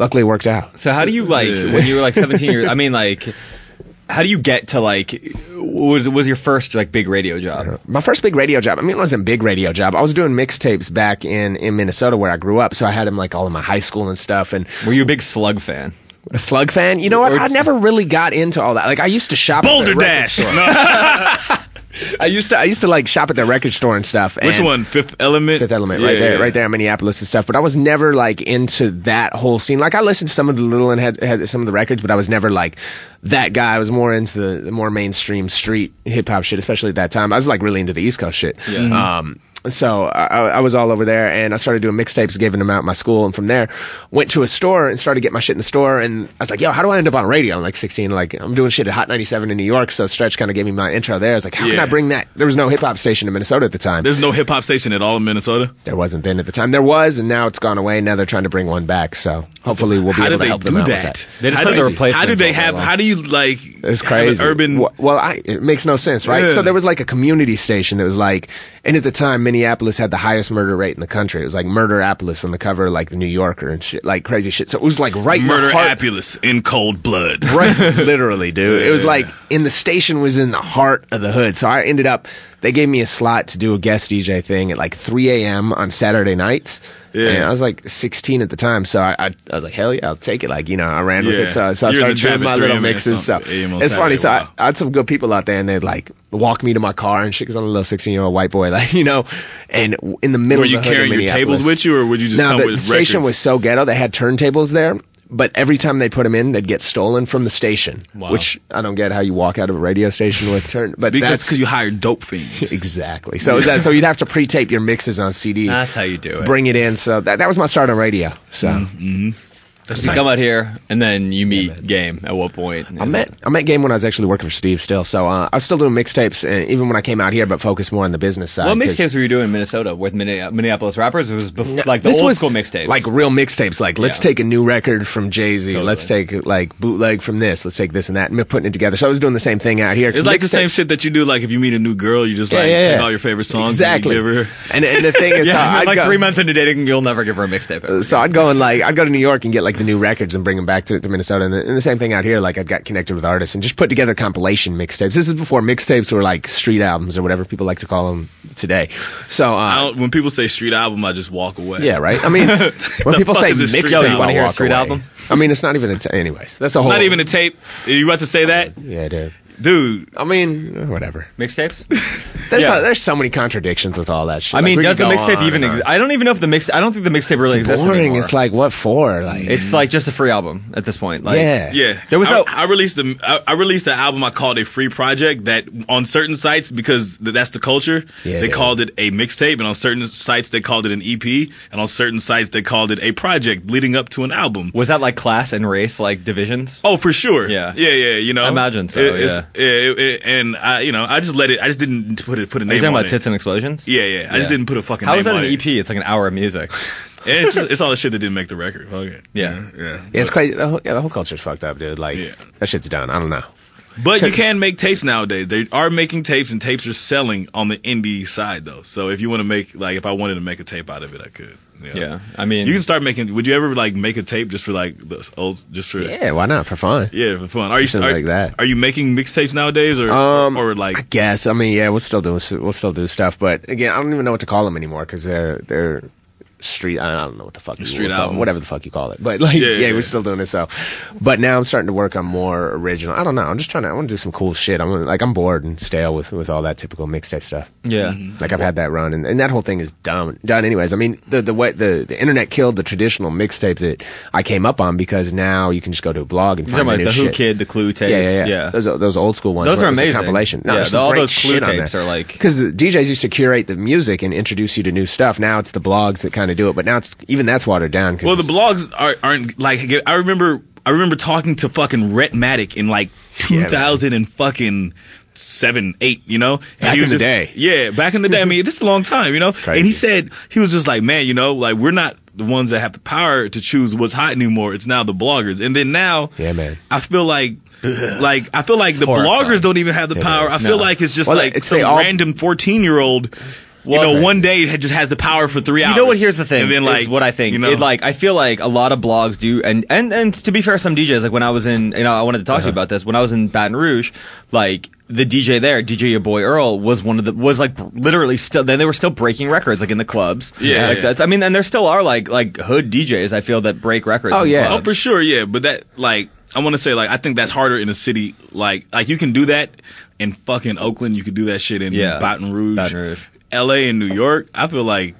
luckily it worked out.
So how do you like
Yeah.
when you were like 17 years? I mean, like, how do you get to like? what Was what was your first like big radio job?
My first big radio job. I mean, it wasn't a big radio job. I was doing mixtapes back in in Minnesota where I grew up, so I had him like all in my high school and stuff. And
Were you a big Slug fan?
a Slug fan, you know what? I never really got into all that. Like I used to shop at
Boulder
their record
Dash.
store.
No,
I used to I used to like shop at the record store and stuff.
which
and-
one? Fifth Element.
Fifth Element,
Yeah,
right there,
yeah.
right there in Minneapolis and stuff. But I was never like into that whole scene. Like I listened to some of the little and had, had some of the records, but I was never like that guy. I was more into the, the more mainstream street hip hop shit, especially at that time. I was like really into the East Coast shit.
Yeah. Mhm.
Um, so I, I was all over there, and I started doing mixtapes, giving them out at my school, and from there went to a store and started getting my shit in the store. And I was like, "Yo, how do I end up on radio?" I'm like 16, like I'm doing shit at Hot 97 in New York. So Stretch kind of gave me my intro there. I was like, "How can
Yeah.
I bring that?" There was no hip hop station in Minnesota at the time.
There's no hip hop station at all in Minnesota.
There wasn't then at the time. There was, and now it's gone away. Now they're trying to bring one back. So hopefully we'll be
How do
able to
they
help
do
them out
that?
with
They just
how
put
do
the
they- How do
replacements
they
all day
have?
long.
How do you like?
It's
have an
crazy.
urban.
Wh- Well, I, it makes no sense, right?
Yeah.
So there was like a community station that was like, and at the time, Minneapolis had the highest murder rate in the country. It was like Murderapolis on the cover, of, like the New Yorker and shit, like crazy shit. So it was like right in
Murder
the heart,
Apulus in cold blood.
right? Literally, dude. It was
Yeah.
like in the station was in the heart of the hood. So I ended up. They gave me a slot to do a guest DJ thing at like 3 a.m. on Saturday nights.
Yeah.
And I was like 16 at the time, so I, I, I was like, hell yeah, I'll take it. Like, you know, I ran with
Yeah.
it, so, so I
You're in
started doing
the trap at
my
3
little
a.m.
mixes. So
on- a.m. on
it's funny.
Saturday,
So I,
wow.
I had some good people out there, and they'd like walk me to my car and shit, because I'm a little 16 year old white boy, like you know. And w- in the middle,
Were
of
you
the hood in
carrying your tables
Minneapolis-
with you, or would you just
no,
come
the,
with
the station
records?
was so ghetto. They had turntables there, but every time they put them in, they'd get stolen from the station.
Wow.
Which I don't get how you walk out of a radio station with turn, but
because
that's
because you hired dope fiends.
exactly. So is that so you'd have to pre-tape your mixes on CD,
That's how you do it.
bring it in. So that, that was my start on radio. So
Mm,
So you come out here and then you meet Game at what point?
I met I met Game when I was actually working for Steve still. So uh, I was still doing mixtapes, and even when I came out here, but focused more on the business side.
What
'cause-
mixtapes were you doing in Minnesota with Minne- uh, Minneapolis rappers? It was bef- like the
This
old
was
school mixtapes.
like real mixtapes. Like let's
Yeah.
take a new record from Jay Z, let's take like bootleg from this, let's take this and that, and putting it together. So I was doing the same thing out here. 'cause
It's like the same
mixtapes-
shit that you do. Like if you meet a new girl, you just
Yeah,
like
yeah,
take
yeah.
all your favorite songs.
Exactly.
And you give her.
And, and the thing is,
yeah,
how I'd
like
go-
three months into dating, you'll never give her a mixtape. ever.
So I'd go and like I'd go to New York and get like the new records and bring them back to, to Minnesota. And the, and the same thing out here. Like I'd got connected with artists and just put together compilation mixtapes. This is before mixtapes were like street albums or whatever people like to call them today. So uh,
I don't, when people say street album, I just walk away.
Yeah, right. I mean, when people
fuck
say
is a street
mixtape,
album?
I
Wanna
hear a
walk
street
away.
album?
I mean, it's not even. A t- anyways, that's a whole.
Not even a tape. Are you about to say that,
Yeah, dude.
dude?
I mean, uh, whatever.
mixtapes?
There's
Yeah.
not- there's so many contradictions with all that shit.
I
Like,
mean,
we
does the
could go
mixtape
on
even?
and on.
Ex- I don't even know if the mixtape. I don't think the mixtape really exists
boring?
anymore.
It's like what for? Like,
it's like just a free album at this point. Like,
yeah,
Yeah,
There was
I,
no-
I released a, I, I released an album I called a free project that on certain sites because th- that's the culture
Yeah,
they
yeah.
called it a mixtape and on certain sites they called it an EP and on certain sites they called it a project leading up to an album.
Was that like class and race like divisions?
Oh, for sure.
Yeah.
yeah, yeah. You know,
I imagine so,
It- it's- it- it- and I, you know, I just let it. I just didn't put it put a
Are
name
you talking
on
about
it.
tits and explosions?
yeah, yeah. I just didn't put a fucking.
How
name
is that
on
an E
it.
EP? It's like an hour of music.
And it's just it's all the shit that didn't make the record. Fuck it.
Yeah.
yeah.
Yeah, it's crazy. The whole, yeah, the whole culture's fucked up, dude. Like
Yeah.
that shit's done. I don't know.
But you can make tapes nowadays. They are making tapes, and tapes are selling on the indie side though. So if you want to make like, if I wanted to make a tape out of it, I could. Yeah,
Yeah, I mean-
you can start making. Would you ever like make a tape just for like the old, just for
Yeah, why not for fun?
yeah, for fun? Are you
Something
are,
like that.
Are you making mixtapes nowadays, or
Um,
or like
I guess. I mean, yeah, we'll still do we'll still do stuff, but again, I don't even know what to call them anymore because they're they're street. I don't know what the fuck you
Street
would call-
albums.
whatever the fuck you call it. But like, yeah,
Yeah, yeah, yeah.
we're still doing it. So, but now I'm starting to work on more original. I don't know. I'm just trying to. I want to do some cool shit. I'm gonna, like I'm bored and stale with with all that typical mixtape stuff.
Mm-hmm.
Yeah.
Like I've had that run, and, and that whole thing is dumb done. Anyways, I mean the the way the, the internet killed the traditional mixtape that I came up on because now you can just go to a blog and
You're
find
talking
the
about
new
the
shit.
Who Kid, the Clue tapes.
Yeah, yeah, yeah. Those, are- those old school ones.
Those
where
are
it was a
amazing.
Compilation.
Yeah, the- all those Clue tapes are like-
because DJs used to curate the music and introduce you to new stuff. Now it's the blogs that kind of do it, but now it's even that's watered down. 'cause
Well, the
it's-
blogs are, aren't like I remember. I remember talking to fucking Rhett Matic in like two
man.
thousand and fucking seven, eight. You know, and
Back in the day.
Yeah, back in the day. I mean, this is a long time. You know,
crazy.
and he said he was just like, man, you know, like we're not the ones that have the power to choose what's hot anymore. It's now the bloggers, and then now,
Yeah, man.
I feel like. Like I feel like the
horrifying.
bloggers don't even have the power. I feel
No.
like it's just
Well,
like
it's-
some
they all-
random fourteen year old, you
Well,
know,
right.
one day had- just has the power for three hours.
You know what? Here's the thing.
And then like
is what I think.
you know,
it, like I feel like a lot of blogs do, and and and to be fair, some DJs like when I was in, you know, I wanted to
Uh-huh.
talk to you about this. When I was in Baton Rouge, like the DJ there, DJ your boy Earl, was one of the was like literally still. Then they were still breaking records like in the clubs.
Yeah,
like
yeah.
that's. I mean, and there still are like like hood DJs. I feel that break records.
Oh,
in
yeah.
clubs.
Oh, for sure, yeah. But that, like, I want to say, like, I think that's harder in a city. Like, like you can do that in fucking Oakland. You could do that shit in
Yeah.
Baton Rouge,
Baton Rouge.
L.A. and New York. I feel like,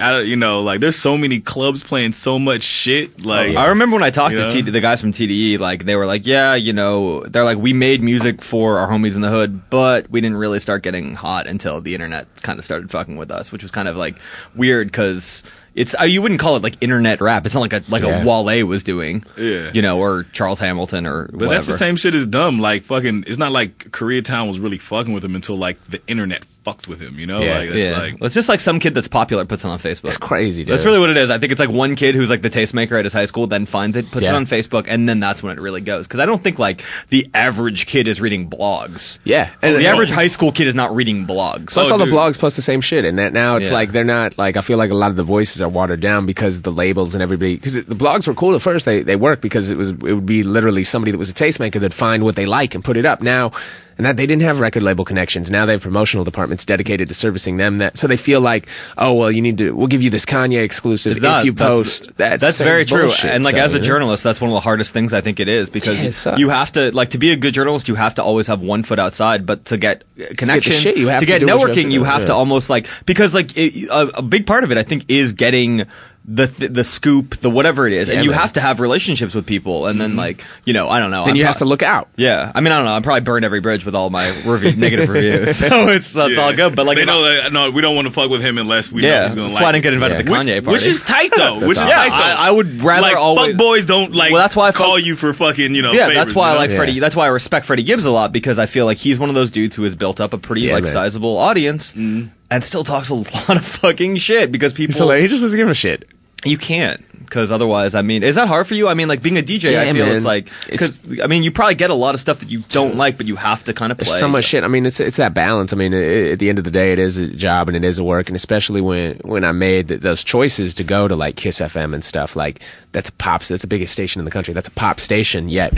I don't, you know, like there's so many clubs playing so much shit. Like,
I remember when I talked
Oh, Yeah.
to T- the guys from TDE, like they were like, "Yeah, you know, they're like we made music for our homies in the hood, but we didn't really start getting hot until the internet kind of started fucking with us, which was kind of like weird because it's uh, you wouldn't call it like internet rap. It's not like a like
Yeah.
a Wale was doing,
Yeah.
you know, or Charles Hamilton or
But
whatever.
that's the same shit as dumb. Like fucking, it's not like Koreatown was really fucking with him until like the internet fucked with him. You know,
Yeah.
like that's
Yeah,
like
it's just like some kid that's popular puts it on Facebook.
It's crazy, dude.
That's really what it is. I think it's like one kid who's like the tastemaker at his high school, then finds it, puts it
Yeah.
on Facebook, and then that's when it really goes. Because I don't think like the average kid is reading blogs.
yeah. And
the
and-
average high school kid is not reading blogs.
Plus
Oh,
all the
dude.
blogs, plus the same shit, and that now it's
Yeah.
like they're not like I feel like a lot of the voices are watered down because the labels and everybody because the blogs were cool at first they they worked because it was it would be literally somebody that was a tastemaker that'd find what they like and put it up now and that they didn't have record label connections now they have promotional departments dedicated to servicing them that so they feel like oh well you need to we'll give you this Kanye exclusive
It's not-
if you
that's-
post that's
that's
same
very true.
bullshit,
and like
so,
as a
you know?
journalist, that's one of the hardest things I think it is because
Yeah, it
you-
sucks.
you have to like to be a good journalist, you have to always have one foot outside. But to get uh, connections,
shit, you have
to
to
get
do what you have to
networking, you
do,
have
yeah.
to almost like because like it, a, a big part of it, I think, is getting. The, th- the scoop the whatever it is and
Yeah,
you
man. Mm-hmm.
have to have relationships with people and then like you know I don't know
then
I'm
you
pro-
have to look out
yeah I mean I don't know I probably burned every bridge with all my review, negative reviews so it's that's all good but like
they
if I-
know that no, we don't want to fuck with him unless we know
yeah that's
he's gonna
why I
like
didn't get
it.
invited to the
Which-
Kanye party
Which is tight though. which is
awesome.
tight though.
I- I would rather
like,
always-
fuck boys don't like.
Well, that's why I felt-
call you for fucking you know.
yeah,
favors,
that's why
you
I
know?
like
Yeah.
Freddie. That's why I respect Freddie Gibbs a lot because I feel like he's one of those dudes who has built up a pretty
Yeah,
like
man.
sizable audience
Mm-hmm.
and still talks a lot of fucking shit because people
so like, he just doesn't give a shit
you can't because otherwise I mean is that hard for you? I mean like being a DJ, I
Yeah,
feel
man.
it's like
It's-
because I mean you probably get a lot of stuff that you don't like but you have to kind of play
There's so much shit. I mean, it's it's that balance. I mean, i at the end of the day, it is a job and it is a work, and especially when when I made th- those choices to go to like Kiss FM and stuff, like that's a pop. That's the biggest station in the country. That's a pop station. Yet,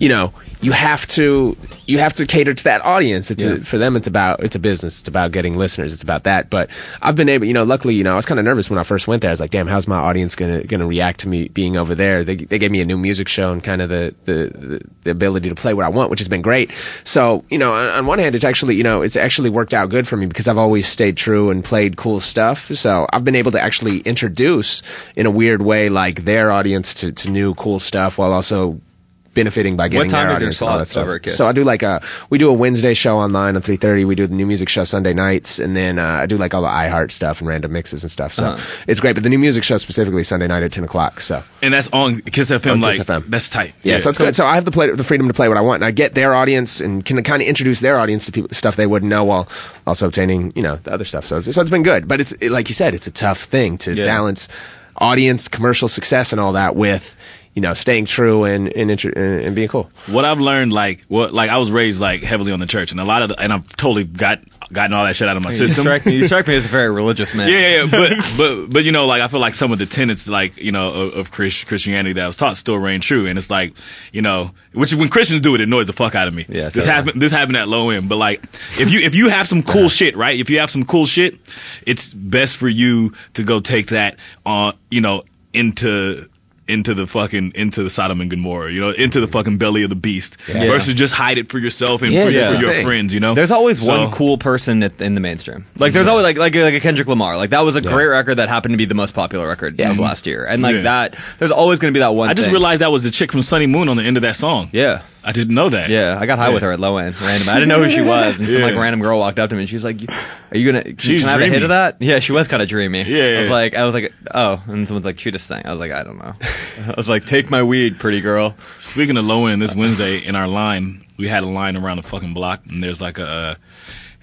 you know, you have to you have to cater to that audience. It's a, for them. It's about it's a business. It's about getting listeners. It's about that. But I've been able, you know, luckily, you know, I was kind of nervous when I first went there. I was like, damn, how's my audience gonna gonna react to me being over there? They they gave me a new music show and kind of the the the, the ability to play what I want, which has been great. So you know, on, on one hand, it's actually you know, it's actually worked out good for me because I've always stayed true and played cool stuff. So I've been able to actually introduce in a weird way like their audience to to new cool stuff while also benefiting by getting
time
their
is
audience
your
and all
slot
that stuff.
over at Kiss?
So I do like a we do a Wednesday show online on three thirty. We do the new music show Sunday nights, and then uh, I do like all the iHeart stuff and random mixes and stuff. So it's great. But the new music show specifically is Sunday night at ten o'clock. So
and that's on Kiss FM.
On
like
Kiss FM.
that's tight.
yeah, so it's good. So I have the play, the freedom to play what I want, and I get their audience and can kind of introduce their audience to people stuff they wouldn't know while also obtaining you know the other stuff. So it's, so it's been good, but it's it, like you said, it's a tough thing to
Yeah.
balance. audience, commercial success, and all that with you know staying true and and inter- and, and being cool.
what I've learned, like what, like I was raised like heavily on the church, and a lot of, the, and I've totally got gotten all that shit out of my
You
system.
strike, me, you strike me as a very religious man.
Yeah, yeah, yeah. But but but you know, like I feel like some of the tenets, like you know, of, of Christ, Christianity that I was taught still reign true, and it's like you know, which when Christians do it, it annoys the fuck out of me.
Yeah,
this
totally.
happened. This happened at low end, but like if you if you have some
Uh-huh.
cool shit, right? If you have some cool shit, it's best for you to go take that on, you know, into. Into the fucking into the Sodom and Gomorrah, you know, into the fucking belly of the beast,
Yeah.
versus just hide it for yourself and
Yeah,
for, your-
that's
for
the
your
thing.
friends, you know.
There's always
So-
one cool person at, in the mainstream. Like there's always like like like a Kendrick Lamar. Like that was a great record that happened to be the most popular record of last year. And like
Mm-hmm. Yeah.
that, there's always going to be that one.
I just
thing.
realized that was the chick from Sunny Moon on the end of that song.
Yeah.
I didn't know that.
Yeah, I got high with her at low end, random. I didn't know who she was, and some like
Yeah.
random girl walked up to me, and she's like, "Are you gonna? Can,
She's
can I have a hit
dreamy.
of that?" Yeah, she was kind of dreamy. I
Yeah,
was
yeah.
like, I was like, oh, and someone's like, "Shoot this thing." I was like, I don't know. I was like, "Take my weed, pretty girl."
Speaking of low end, this Wednesday in our line, we had a line around the fucking block, and there's like a. Uh,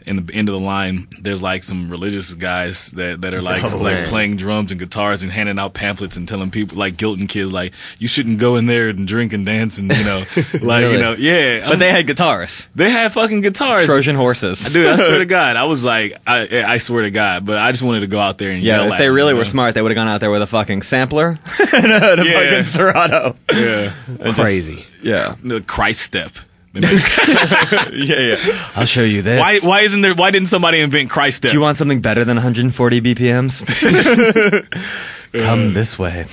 in the end of the line, there's like some religious guys that, that are like
No way.
like playing drums and guitars and handing out pamphlets and telling people like guilting kids like you shouldn't go in there and drink and dance and you know like
Really?
you know yeah
But they had guitars,
they had fucking guitars
Trojan horses.
dude I swear to God I was like I I swear to God but I just wanted to go out there and
Yeah,
yell
if
at
they
them,
really
you
were
know?
smart, they would have gone out there with a fucking sampler and a, and a
Yeah.
fucking Serato.
yeah
Crazy.
Yeah.
the Christ step
yeah, yeah. I'll show you this.
Why, why isn't there? Why didn't somebody invent Christ step?
Do you want something better than 140 BPMs? Come this way.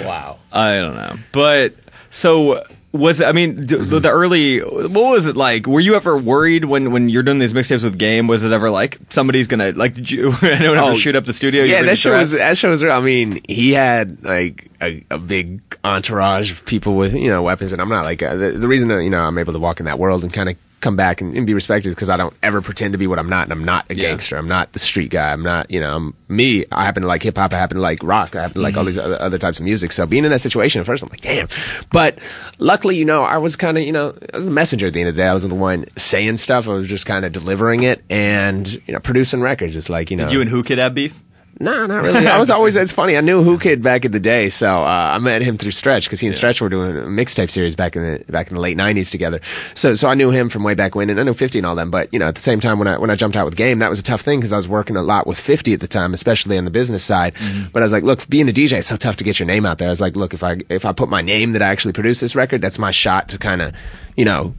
wow.
I don't know. But so was I mean d- the early what was it like? Were you ever worried when when you're doing these mixtapes with Game? Was it ever like somebody's gonna like did you anyone ever
Oh,
shoot up the studio? You
Yeah,
ever
that
get
show was
threats?
that show was real. I mean, he had like a, a big entourage of people with you know weapons, and I'm not like uh, the, the reason that, you know I'm able to walk in that world and kind of come back and, and be respected is because I don't ever pretend to be what I'm not, and I'm not a
Yeah.
gangster. I'm not the street guy. I'm not you know I'm me. I happen to like hip hop. I happen to like rock. I happen to like
Mm-hmm.
all these other, other types of music. So being in that situation at first, I'm like, damn. But luckily, you know, I was kind of you know I was the messenger at the end of the day. I was the one saying stuff. I was just kind of delivering it and you know producing records. It's like you know
you and who could have beef?
no, not really. I was always. It's funny. I knew Who Kid back in the day, so uh, I met him through Stretch because he and Stretch were doing a mixtape series back in the back in the late '90s together. So, so I knew him from way back when, and I knew 50 and all them. But you know, at the same time, when I when I jumped out with Game, that was a tough thing because I was working a lot with 50 at the time, especially on the business side. But I was like, look, being a DJ, is so tough to get your name out there. I was like, look, if I if I put my name that I actually produced this record, that's my shot to kind of, you know,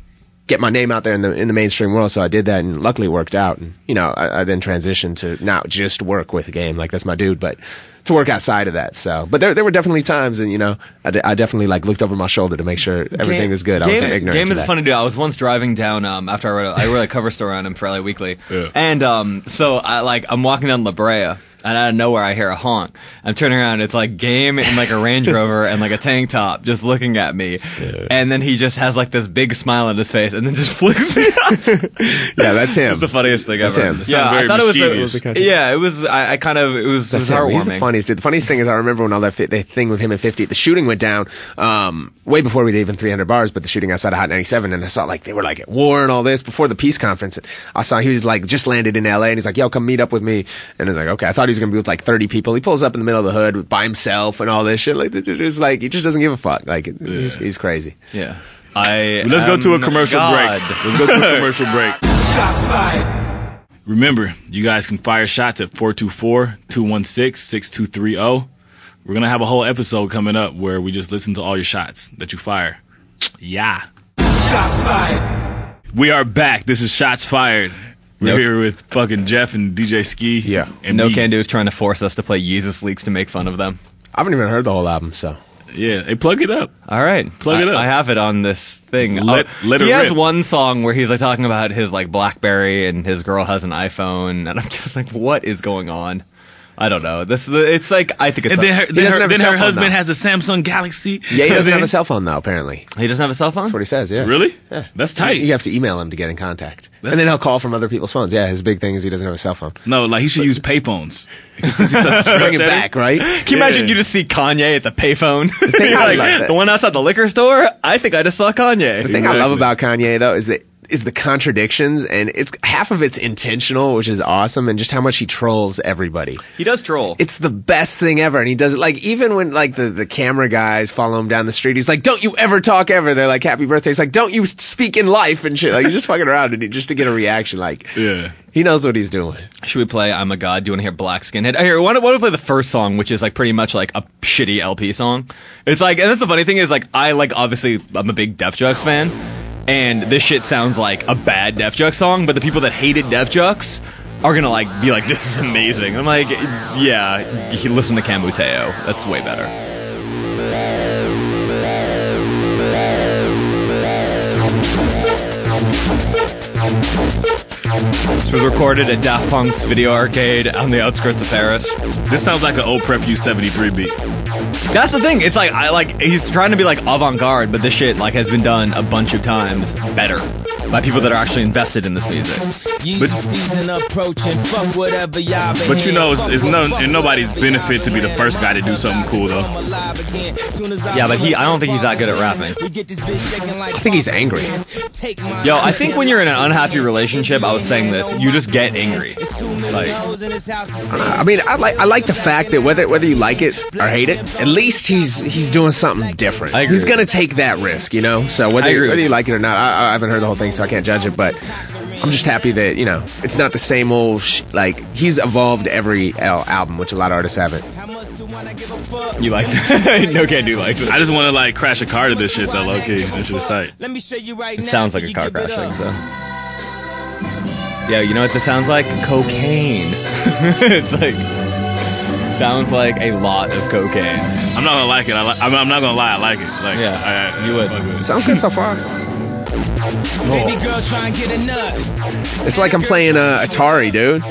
get my name out there in the in the mainstream world. So I did that, and luckily it worked out. And you know, I, I then transitioned to not just work with a game like that's my dude, but to work outside of that. So, but there there were definitely times, and you know, I, de- I definitely like looked over my shoulder to make sure everything
Game-
was good. I
Game,
wasn't ignorant.
Game
to
is
that.
funny dude. I was once driving down um, after I wrote a, I wrote a cover story on him for LA Weekly,
Yeah.
and um, so I like I'm walking down La Brea. And out of nowhere, I hear a honk. I'm turning around. It's like game in like a Range Rover and like a tank top, just looking at me. And then he just has like this big smile on his face, and then just flicks me off.
Yeah, that's him.
It's the funniest thing
That's
ever.
him.
Yeah,
Sound
I
very
thought it was. A,
mischievous.
yeah, it was. I, I kind of it was.
That's
it was
him. He's the
heartwarming.
funniest dude. The funniest thing is, I remember when all that, fit, that thing with him and 50, the shooting went down um, way before we did even 300 bars, but the shooting outside of Hot 97. And I saw like they were like at war and all this before the peace conference. And I saw he was like just landed in LA and he's like, yo, come meet up with me. And I was like, okay, I thought he was going to be with like 30 people. He pulls up in the middle of the hood with, by himself and all this shit. Like, the dude is like, he just doesn't give a fuck. Like, he's, he's crazy.
Yeah. I.
Let's go to a
am
commercial
God.
break. Um, Let's go to a commercial break.
Shots fired.
Remember, you guys can fire shots at 424-216-6230. oh. We're going to have a whole episode coming up where we just listen to all your shots that you fire. Yeah.
Shots fired.
We are back. This is Shots Fired. We're
Nope.
here with fucking Jeff and DJ Ski.
Yeah.
And
no
me.
can do is trying to force us to play Yeezus leaks to make fun of them.
I haven't even heard the whole album, so.
Yeah. Hey, plug it up.
All right,
Plug
I,
it up.
I have it on this thing.
Let-
Oh,
let it
he has
rip.
one song where he's like talking about his like BlackBerry and his girl has an iPhone, and I'm just like, what is going on? I don't know. This it's like I think it's.
And then her,
doesn't
then her,
have a
then
cell
her
phone,
husband
though.
has a Samsung Galaxy.
Yeah, he doesn't have a cell phone, though, apparently.
he doesn't have a cell phone.
That's what he says, yeah.
Really?
Yeah.
That's tight.
You have to email him to get in contact.
That's-
and then he'll call from other people's phones. Yeah, his big thing is he doesn't have a cell phone.
No, like he should use payphones. Because since he's such a
Bring it
trendsetter-
back, right?
Can you
Yeah.
imagine you just see Kanye at the payphone?
thing I love
You're like, "Eh,
that-
the one outside the liquor store? I think I just saw Kanye.
The thing I love
Exactly.
about Kanye though is that is the contradictions and it's half of it's intentional, which is awesome, and just how much he trolls everybody.
He does troll.
It's the best thing ever, and he does it like even when like the the camera guys follow him down the street. He's like, "Don't you ever talk ever?" They're like, "Happy birthday." He's like, "Don't you speak in life and shit." Like he's just fucking around and he- just to get a reaction. Like,
Yeah.
he knows what he's doing.
Should we play "I'm a God"? Do you want to hear "Black Skinhead"? Here, why don't, why don't we play the first song, which is like pretty much like a shitty LP song. It's like, and that's the funny thing is like I like obviously I'm a big Def Jux fan, and this shit sounds like a bad Def Jux song. But the people that hated Def Jux are gonna like be like, "This is amazing." I'm like, yeah, you listen to Cambuteo. That's way better. This was recorded at Daft Punk's video arcade on the outskirts of Paris.
This sounds like an old Prep U 73 beat.
That's the thing. It's like I like he's trying to be like avant-garde, but this shit like has been done a bunch of times better by people that are actually invested in this music.
Yeezy season approaching. Fuck whatever y'all been
But you know, it's, it's no,
hearing.
in nobody's benefit to be the first guy to do something cool, though.
Yeah, but he- I don't think he's that good at rapping.
I
think he's angry.
Yo, I think when you're in an unhappy relationship, I was saying this, you just get angry. Like,
I mean, I like I like the fact that whether whether you like it or hate it, at least he's he's doing something different.
I agree
He's
with
gonna take that risk, you know. So whether
I agree
whether
with
you
you.
like it or not, I, I haven't heard the whole thing, so I can't judge it. But I'm just happy that you know it's not the same old sh- like he's evolved every al- album, which a lot of artists haven't.
you like that? no can do like
I just want to like crash a car to this shit though, low key. This shit's tight.
Let me show you right
It sounds like a car crash. Like, so. Yeah, you know what this sounds like? Cocaine. it's like sounds like a lot of cocaine.
I'm not gonna like it. I li- I'm, I'm not gonna lie. I like it. Like,
Yeah,
I, I,
you would.
fuck with it.
Sounds good so far.
Baby girl, try and get a nut.
It's like I'm playing uh, Atari, dude.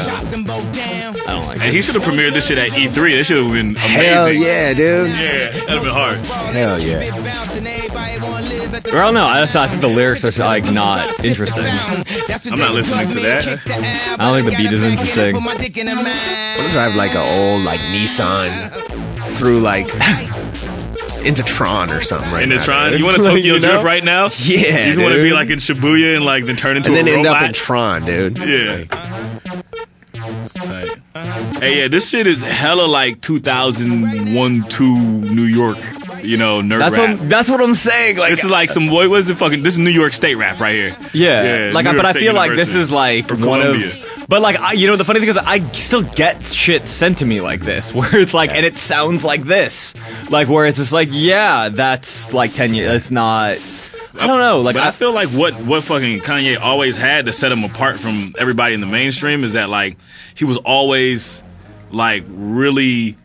Chop them both down.
I don't like
Hey,
it.
he should have premiered this shit at E3. This should have been amazing.
Hell yeah, dude.
Yeah, that'd have been hard.
Hell yeah.
I don't know. I just I think the lyrics are like not interesting.
I'm not listening to that.
I don't think the beat is interesting.
I drive like an old like Nissan through like into Tron or something right
And
now.
it's trying.
dude.
You want to
Like,
Tokyo
you know?
Drift right now?
Yeah,
You just want to be
dude.
like in Shibuya and like then turn into
and
a
then end
robot.
up in Tron, dude.
yeah. It's tight. Hey, yeah, this shit is hella like 2001, two New York. You know, nerd
That's
rap.
what that's what I'm saying. Like
this is like some what was it fucking? This is New York State rap right here.
yeah, like
New
I, but
York
I
State
feel like this
University.
is like
Or
one
Columbia.
of. But like I, you know, the funny thing is I still get shit sent to me like this, where it's like, and it sounds like this, like where it's just like, yeah, that's like ten years. It's not. I don't know. Like
But I,
I,
feel like what what fucking Kanye always had to set him apart from everybody in the mainstream is that like he was always like really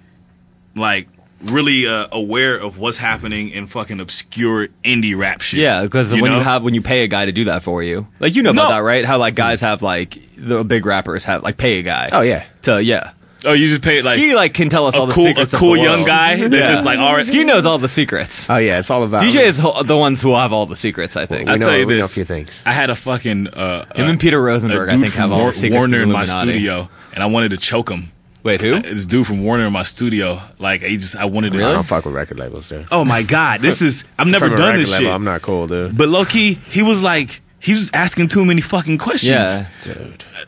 like really uh, aware of what's happening in fucking obscure indie rap shit.
yeah, because when
know?
you have when you pay a guy to do that for you, like you know about
No.
that, right? How like guys have like the big rappers have like pay a guy.
Oh, yeah.
To yeah.
oh you just paid like
Ski like can tell us all
a
the
cool a
secrets. of
cool
the
young
world.
guy that's
Yeah.
just like all right.
Ski knows all the secrets.
Oh yeah, it's all about
DJ is ho- the ones who have all the secrets. I think.
We
I
know-
tell you
we know
this,
a few things.
I had a fucking uh,
Him
uh,
and Peter
a
Rosenberg, I
dude
think,
from
have all
War-
the secrets
Warner
to
in my
Illuminati.
studio, and I wanted to choke him.
Wait, who?
Uh, This dude from Warner in my studio, like he just I wanted to
I
Really?
don't fuck with record labels, dude.
Oh my god, this is I've
From
never
a
done
record
this
label,
shit.
I'm not cool, dude.
But low key, he was like he was asking too many fucking questions.
Yeah.
Dude,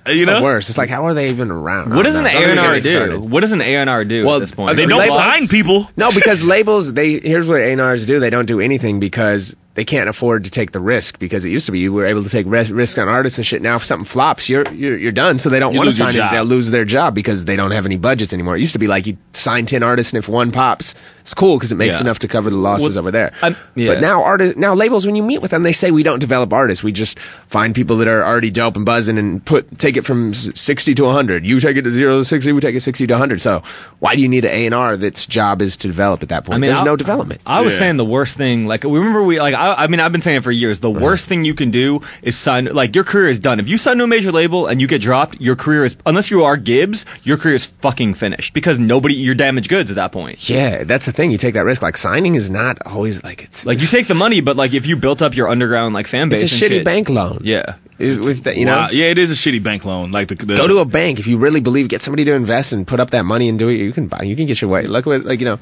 Uh, you
it's the
know
worst. It's like, how are they even around?
What does an
I don't know. Don't even get
A&R
me
do?
started.
What does an A&R do
Well,
at this point?
they don't
Labels-
sign people.
No, because labels they here's what A&Rs do. They don't do anything because they can't afford to take the risk. Because it used to be you were able to take res- risk on artists and shit. Now if something flops, you're you're, you're done. So they don't
You
want to
lose your
sign. It.
job.
They'll lose their job because they don't have any budgets anymore. It used to be like you sign ten artists and if one pops, it's cool because it makes
Yeah.
enough to cover the losses over there.
I'm-
But
yeah.
now artists now labels when you meet with them they say we don't develop artists. We just find people that are already dope and buzzing and put take it from s- sixty to hundred. You take it to zero to sixty. We take it sixty to hundred. So why do you need an A and R that's job is to develop at that point? There's
I-
no development.
I was
Yeah.
saying the worst thing, like remember we, like I, I mean, I've been saying it for years.
Uh-huh.
The worst thing you can do is sign, like your career is done. If you sign to a major label and you get dropped, your career is, unless you are Gibbs, your career is fucking finished because nobody, you're damaged goods at that point.
yeah, that's the thing. You take that risk. Like signing is not always like it's
Like you take the money, but like if you built up your underground like fan
it's
base,
a
and
shitty
shit-
bank loan.
Yeah.
It- with the, you know.
Wow. Yeah, it is a shitty bank loan. Like the, the
Go to a bank if you really believe. Get somebody to invest and put up that money and do it. You can buy. You can get your way. Look what like you know.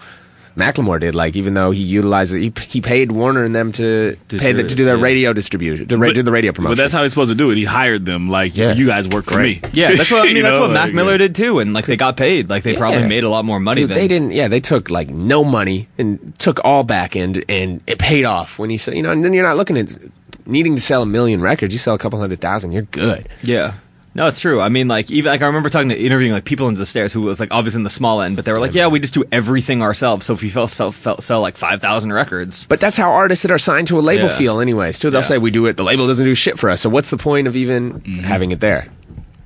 Macklemore did. Like even though he utilized it, he, he paid Warner and them to
To
pay the,
serve,
to do their
yeah.
radio distribution, to ra- do the radio promotion.
But that's how he's supposed to do it. He hired them. Like
Yeah.
you guys work for me.
Yeah, that's what I
You
mean. that's
know,
what Mac
like,
Miller did too, and like they got paid. Like they probably
Yeah.
made a lot more money.
Dude,
than,
they didn't. Yeah, they took like no money and took all back end, and it paid off when you say you know. And then you're not looking at needing to sell a million records. You sell a couple hundred thousand, you're good.
Yeah. No, it's true. I mean, like, even like I remember talking to interviewing like people under the stairs who was like obviously in the small end, but they were like, yeah, we just do everything ourselves. So if you fell, sell, fell, sell like five thousand records,
But that's how artists that are signed to a label
Yeah.
feel, anyways. Too, they'll
Yeah.
say we do it. The label doesn't do shit for us. So what's the point of even having it there?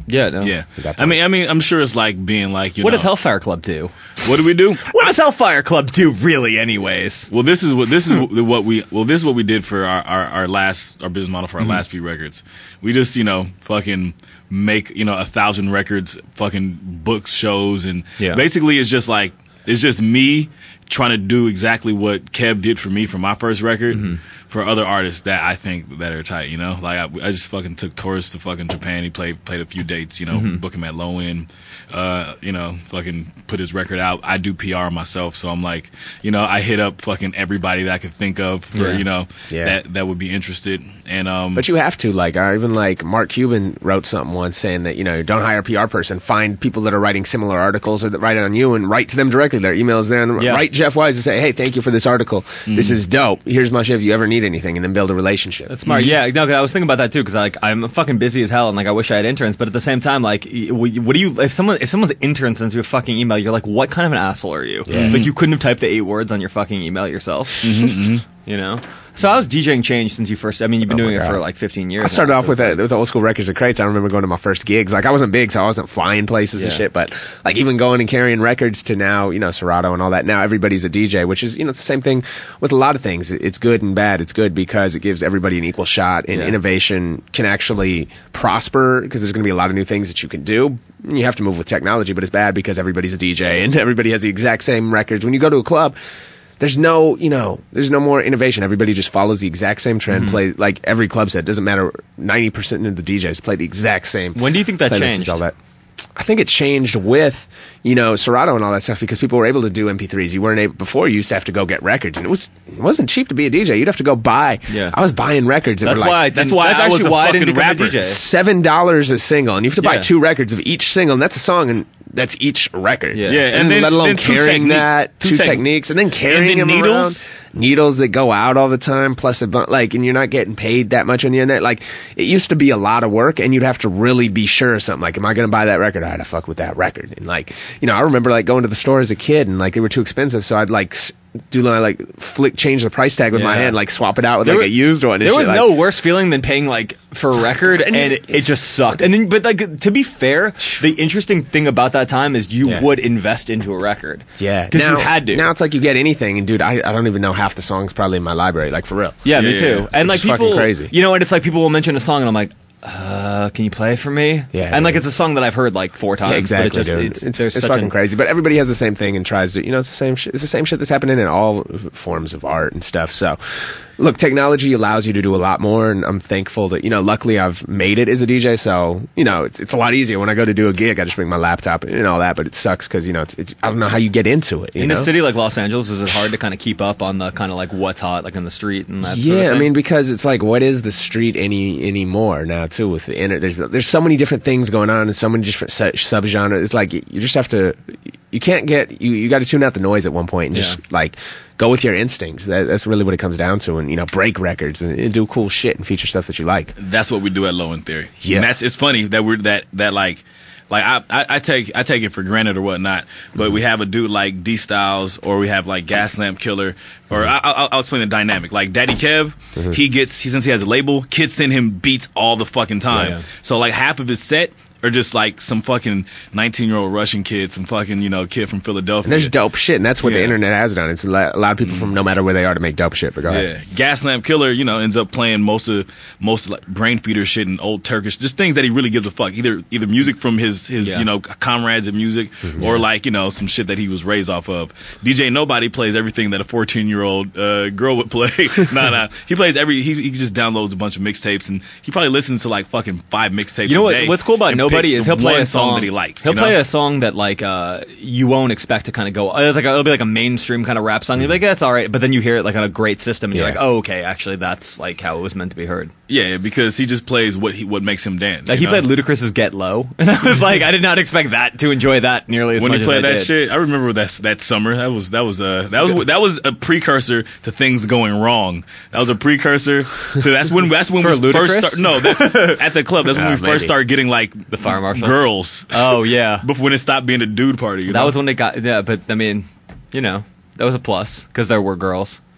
yeah, no.
Yeah.
got
I mean, I mean, I'm sure it's like being like you.
What
know,
does Hellfire Club do?
What do we do?
What does Hellfire Club do, really? Anyways,
Well, this is what this is what we well this is what we did for our our, our last our business model for our last few records. We just you know fucking make you know a thousand records, fucking books, shows, and
Yeah.
basically it's just like it's just me trying to do exactly what Kev did for me for my first record. For other artists that I think that are tight, you know, like I, I just fucking took Taurus to fucking Japan. He played played a few dates, you know, book him at low end, uh, you know, fucking put his record out. I do PR myself, so I'm like, you know, I hit up fucking everybody that I could think of for
Yeah.
you know
Yeah.
that that would be interested. And um,
But you have to like, or even like Mark Cuban wrote something once saying that you know don't hire a PR person, find people that are writing similar articles or that write it on you and write to them directly. Their emails there, and
Yeah. Hmm.
write Jeff Wise and say, hey, thank you for this article. This is dope. Here's my shit. If you ever need anything, and then build a relationship.
that's smart. Yeah, no, 'cause I was thinking about that too because like I'm fucking busy as hell, and like I wish I had interns, but at the same time, like, y- what do you if someone if someone's intern sends you a fucking email, you're like, what kind of an asshole are you?
Mm-hmm.
Like you couldn't have typed the eight words on your fucking email yourself. You know. So I was DJing change since you first. I mean, you've been
mm-hmm. Oh my
doing it for
God.
like 15 years.
I started
now,
off
so
with
it's
that, with the old school records and crates. I remember going to my first gigs. Like I wasn't big, so I wasn't flying places and
Yeah.
shit. But like even going and carrying records to now, you know, Serato and all that. Now everybody's a DJ, which is you know it's the same thing with a lot of things. It- It's good and bad. It's good because it gives everybody an equal shot, and
Yeah.
innovation can actually prosper because there's going to be a lot of new things that you can do. You have to move with technology, but it's bad because everybody's a DJ and everybody has the exact same records. When you go to a club, there's no you know there's no more innovation everybody just follows the exact same trend
Mm-hmm.
play like every club set doesn't matter 90% of the djs play the exact same
When do you think that
playlists and
changed?
all that i think it changed with you know serato and all that stuff because people were able to do mp3s you weren't able before you used to have to go get records and it was it wasn't cheap to be a dj you'd have to go buy
Yeah.
i was buying records that
That's
were like,
why. I
That's
didn't-
why
that's
I was
actually
a
why I didn't
fucking
become a
rapper.
DJ.
seven dollars a single and you have to buy
Yeah.
two records of each single and that's a song and that's each record
Yeah.
Yeah, and then-
let alone
then two
carrying
techniques.
that
Two
two,
tech-
techniques and then carrying
then
them
needles?
around needles that go out all the time plus a bu- like and you're not getting paid that much on the internet like it used to be a lot of work and you'd have to really be sure of something like am I gonna buy that record I had to fuck with that record and like you know I remember like going to the store as a kid and like they were too expensive so I'd like s- do my like flick change the price tag with my
Yeah.
hand like swap it out with like
were-
a used one and
There
shit,
was
like-
no worse feeling than paying like for a record, and it, it just sucked. And then, but like to be fair, the interesting thing about that time is you
Yeah.
would invest into a record,
Yeah,
because you
Now-
had to.
Now it's like you get anything, and dude, I, I don't even know half the songs probably in my library, like for real.
yeah, me
Yeah,
too.
yeah, yeah.
And like
Which is fucking
people,
crazy.
you know, and it's like people will mention a song, and I'm like. Uh, can you play it for me?
Yeah,
and like
dude.
it's a song that I've heard like four times.
Yeah, exactly,
but it just,
dude.
It's,
It's, it's,
there's such
fucking
an-
crazy, but everybody has the same thing and tries to, you know, it's the same. Sh- it's the same shit that's happening in all forms of art and stuff. So, look, technology allows you to do a lot more, and I'm thankful that you know. Luckily, I've made it as a DJ, so you know, it's it's a lot easier when I go to do a gig. I just bring my laptop and all that, but it sucks because you know, it's, it's I don't know how you get into it. You
In
know?
a city like Los Angeles, is it hard to kind of keep up on the kind of like what's hot, like in the street and that?
yeah
sort of
i
thing?
mean because it's like what is the street any anymore now too with the internet there's there's so many different things going on and so many different su- subgenres it's like you you just have to you can't get you you got to tune out the noise at one point and
Yeah.
just like go with your instincts that, that's really what it comes down to and you know break records and, and do cool shit and feature stuff that you like
That's what we do at Low in Theory.
Yeah.
And that's it's funny that we're that that like like I, I, I take I take it for granted or whatnot, but
Mm-hmm.
we have a dude like D Styles or we have like Gas Lamp Killer or
Mm-hmm.
I, I'll, I'll explain the dynamic. Like Daddy Kev, he gets he, since he has a label, kids send him beats all the fucking time.
Yeah.
So like half of his set are just like some fucking nineteen year old Russian kid, some fucking you know kid from Philadelphia.
and there's dope shit and that's what the
Yeah.
internet has done it's allo- allowed people
Mm.
from no matter where they are to make dope shit but go ahead
Yeah, Gaslamp Killer, you know, ends up playing most of most of, like brain feeder shit and old Turkish, just things that he really gives a fuck. Either either music from his his
Yeah. Mm-hmm.
you know comrades in music, or like you know some shit that he was raised off of. DJ Nobody plays everything that a fourteen year old uh, girl would play. nah, nah, he plays every. He, he just downloads a bunch of mixtapes and he probably listens to like fucking five mixtapes.
You know
a
what?
day
What's cool about
and
what Buddy
picks
is,
the
he'll play
one
a song,
song that he likes,
He'll
you
play
know?
a song that like uh, you won't expect to kind of go. uh, Like it'll be like a mainstream kind of rap song. You'll
Mm-hmm.
be like, that's all right. But then you hear it like on a great system, and
Yeah.
you're like, oh, okay, actually, that's like how it was meant to be heard.
Yeah, because he just plays what he what makes him dance.
Like
you
he
know?
played Ludacris's "Get Low," and I was like, I did not expect that to enjoy that nearly as
when
much
he played
as I
that
did.
shit. I remember that that summer. That was that was a that was that was a precursor to things going wrong. That was a precursor to that's when that's when
For
we
Ludacris?
first start, no that, at the club. That's when
Ah,
we first
maybe.
started getting like the
fire marshal?
girls. uh,
Oh yeah,
Before when it stopped being a dude party, you
that
know?
was when they got. Yeah, but I mean, you know, that was a plus because there were girls.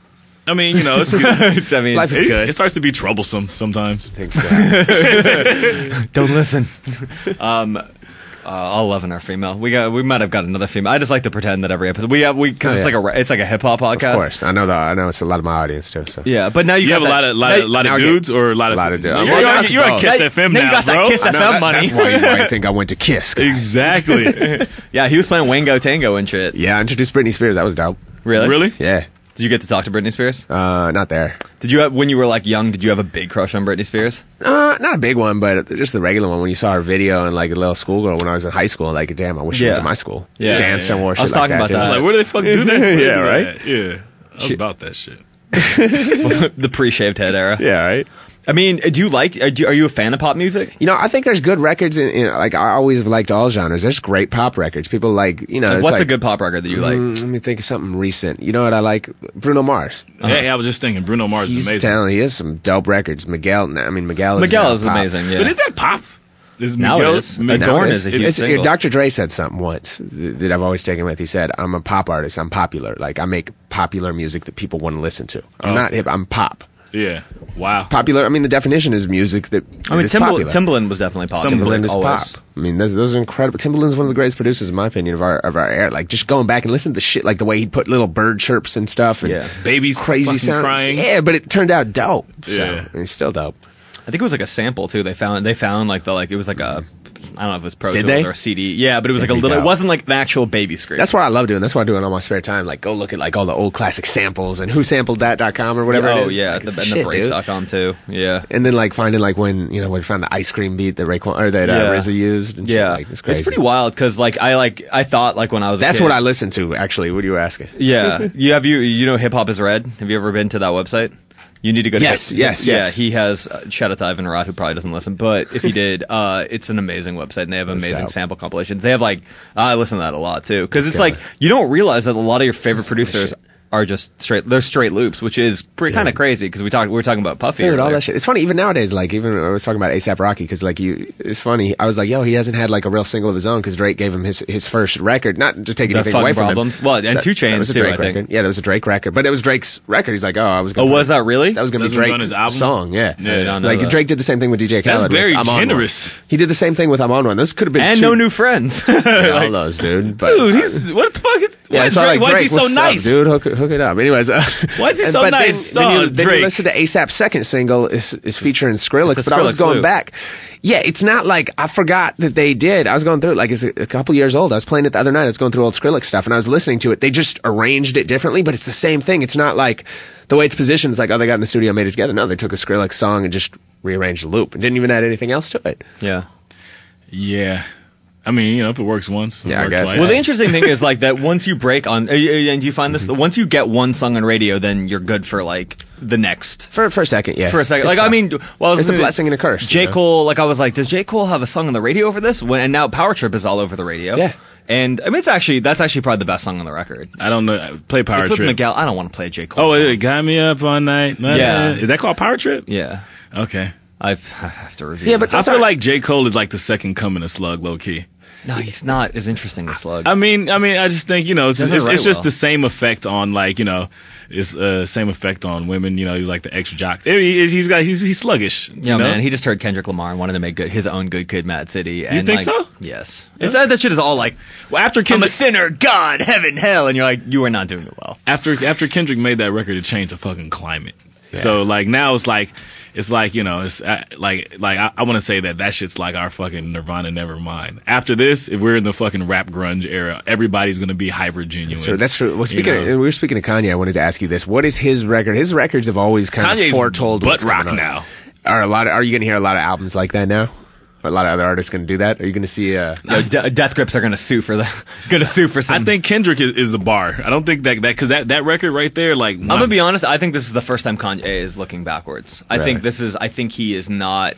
I mean, you know, it's good.
It's- I mean,
Life is
It,
good.
it starts to be troublesome sometimes.
Thanks, God.
Don't listen. um, uh, all loving our female. We got. We might have got another female. I just like to pretend that every episode we have. We cause
Oh,
it's
yeah.
like a. ra- It's like a hip hop podcast.
of course, I know that. I know it's a lot of my audience too. So
Yeah, but now you,
You
got
have a
that-
lot of lot
now
of, lot
now
of
I get-
dudes or a lot of
lot of dudes.
You're,
Well,
you're-
that's
you're on
both.
Kiss
Now-
FM
now
now,
you got that
bro.
Kiss
I know
FM
that-
money.
That's why you, why you think I went to Kiss. guys.
Exactly.
Yeah, he was playing Wango Tango and shit.
Yeah, I introduced Britney Spears. That was dope.
Really?
really?
Yeah,
Did you get to talk to Britney Spears?
uh, not there.
Did you have when you were like young? Did you have a big crush on Britney Spears?
Uh, not a big one, but just the regular one. When you saw her video and like a little schoolgirl when I was in high school, like damn, I wish she
Yeah.
went to my school.
Yeah,
danced
yeah,
and
yeah.
wore
I
shit
was
like
talking
that.
about
dude.
that.
Like, where do they fuck do that? Where do
Yeah,
they do
right?
that? Yeah. I'm about that shit.
the pre-shaved head era.
Yeah, right.
I mean, do you like? Are you, are you a fan of pop music?
You know, I think there's good records in, in like I always have liked all genres. There's great pop records. People like you know. it's
What's a
like-
good pop record that you like?
Mm, let me think of something recent. You know what I like? Bruno Mars.
Uh-huh.
Hey, I was just thinking, Bruno Mars
He's
is amazing.
talented. He has some dope records. Miguel. I mean, Miguel. Is
Miguel
now
is
pop.
amazing. Yeah,
But is that pop? Is
Now it
Miguel-
is.
Miguel-
Adorn
Nowadays,
is a huge
it's-
single.
Dr. Dre said something once th- that I've always taken with. He said, "I'm a pop artist. I'm popular. Like I make popular music that people want to listen to. I'm
Oh.
not hip. I'm pop.
Yeah. Wow.
Popular. I mean, the definition is music that
I mean,
is
Timbal-
popular.
Timbaland was definitely pop.
Timbaland is
always.
pop. I mean, those, those are incredible. Timbaland's one of the greatest producers, in my opinion, of our of our era. Like just going back and listening to the shit, like the way he'd put little bird chirps and stuff, and
Yeah.
Babies
crazy
fucking
sound.
crying.
Yeah, but it turned out dope. So,
Yeah.
and it's still dope.
I think it was like a sample too. They found they found like the like it was like a I don't know if it was Pro
Did
Tools
they?
or a CD. Yeah, but it was like a
That'd be
little. It
dope.
wasn't like an actual baby scream.
That's what I love doing. That's what I do in all my spare time. Like, go look at like all the old classic samples and who sampled that.com or whatever. it
Oh
is.
yeah,
Like,
the,
it's
and
shit,
the
dude.
Brains.com too. Yeah.
And then like finding like when you know when we found the ice cream beat that Raekwon or that
Yeah.
uh, RZA used. And
Yeah,
shit. Like, it's crazy.
pretty wild because like I like I thought like when I was a
That's
kid-
what I listen to. Actually, what are you asking?
yeah you have you you know hip hop is red have you ever been to that website you need to go to
Yes, yes,
yeah
yes.
he has uh, shout out to Ivan Rod who probably doesn't listen but if he did uh it's an amazing website and they have amazing
doubt.
sample compilations they have like I listen to that a lot too because it's
Okay.
like you don't realize that a lot of your favorite producers are just straight they're straight loops which is pretty kind of crazy because we talked we were talking about Puffy
Dude, all
earlier.
that shit. It's funny, even nowadays. Like, even I was talking about ASAP Rocky because, like, you. It's funny. I was like, yo, he hasn't had like a real single of his own because Drake gave him his his first record. Not to take
the
anything away
fucking
from
problems
him.
well and
That-
two
that
chains
was a
too
Drake
I think
record. Yeah, that was a Drake record, but it was Drake's record. He's like, oh, I was.
oh
Gonna
was that really
That was gonna
That
be
was on
Drake's
his album?
song. Yeah,
Yeah. I did not
know
like
that.
Drake did the same thing with DJ Khaled. with
very
I'm On One.
generous.
He did the same thing with I'm on one. This could have been
and
two-
no new friends
Yeah, all those, dude. But,
Dude, he's what the fuck is?
Yeah,
why, is
so I
Drake,
like
why
Drake,
is he so
what's
nice,
up, dude? Hook, hook it up. Anyways, uh,
Why is he
and-
so
but
nice?
Then, then, you,
Oh,
then you
Drake.
listen to ASAP's second single is is featuring Skrillex,
It's a
but I was
Skrillex
going
loop.
back. Yeah, it's not like I forgot that they did. I was going through it like it's a, a couple years old. I was playing it the other night. I was going through old Skrillex stuff and I was listening to it. They just arranged it differently, but it's the same thing. It's not like the way it's positioned. It's like oh, they got in the studio, and made it together. No, they took a Skrillex song and just rearranged the loop and didn't even add anything else to it.
yeah
Yeah. I mean, you know, if it works once, it'll
Yeah, I
work
guess.
twice.
Well, the interesting thing is like that once you break on, uh, and you find
Mm-hmm.
this, once you get one song on radio, then you're good for like the next.
For for a second, yeah.
For a second,
It's
like I
tough.
mean, well, I was
It's a
listening to
blessing and a curse, you
J
know?
Cole, like I was like, does J Cole have a song on the radio over this? When, and now Power Trip is all over the radio.
Yeah.
and I mean, it's actually that's actually probably the best song on the record.
I don't know. Play Power
it's with
Trip.
Miguel. I don't want to play a J Cole.
Oh,
song.
it got me up all night.
Yeah.
Is that called Power Trip?
yeah.
Okay.
I've, I have to review.
Yeah, but
this.
I
That's
feel
all right.
like J. Cole is like the second coming of Slug, low key.
no, he's not as interesting as Slug.
I mean, I mean, I just think you know, it's,
Doesn't
it's,
write
it's just
well.
the same effect on like you know, it's uh, same effect on women. You know, he's like the extra jock. He, he's got he's, he's sluggish. you
Yeah,
know?
man, he just heard Kendrick Lamar and wanted to make good his own good kid, Mad City. And like,
think so?
Yes, it's, that, that shit is all like
well, after
I'm a
Kendrick,
sinner, God, heaven, hell, and you're like, you are not doing it well.
after after Kendrick made that record, it changed the fucking climate. So like now it's like it's like you know it's uh, like like I, I want to say that that shit's like our fucking Nirvana. Never mind. After this, if we're in the fucking rap grunge era, everybody's gonna be hyper genuine.
True, that's true. Well,
You
speaking of,
know?
we were speaking of Kanye. I wanted to ask you this: What is his record? His records have always kind
Kanye's
of foretold
butt
what's coming
rock
on.
now.
Are a lot? Of, are you going to hear a lot of albums like that now? a lot of other artists going to do that. Are you going to see? Uh,
No, De- Death Grips are gonna sue for that. gonna sue for
I
something.
think Kendrick is, is the bar. I don't think that that because that, that record right there, like
I'm gonna be honest. I think this is the first time Kanye is looking backwards. I think
Right.
this is. I think he is not.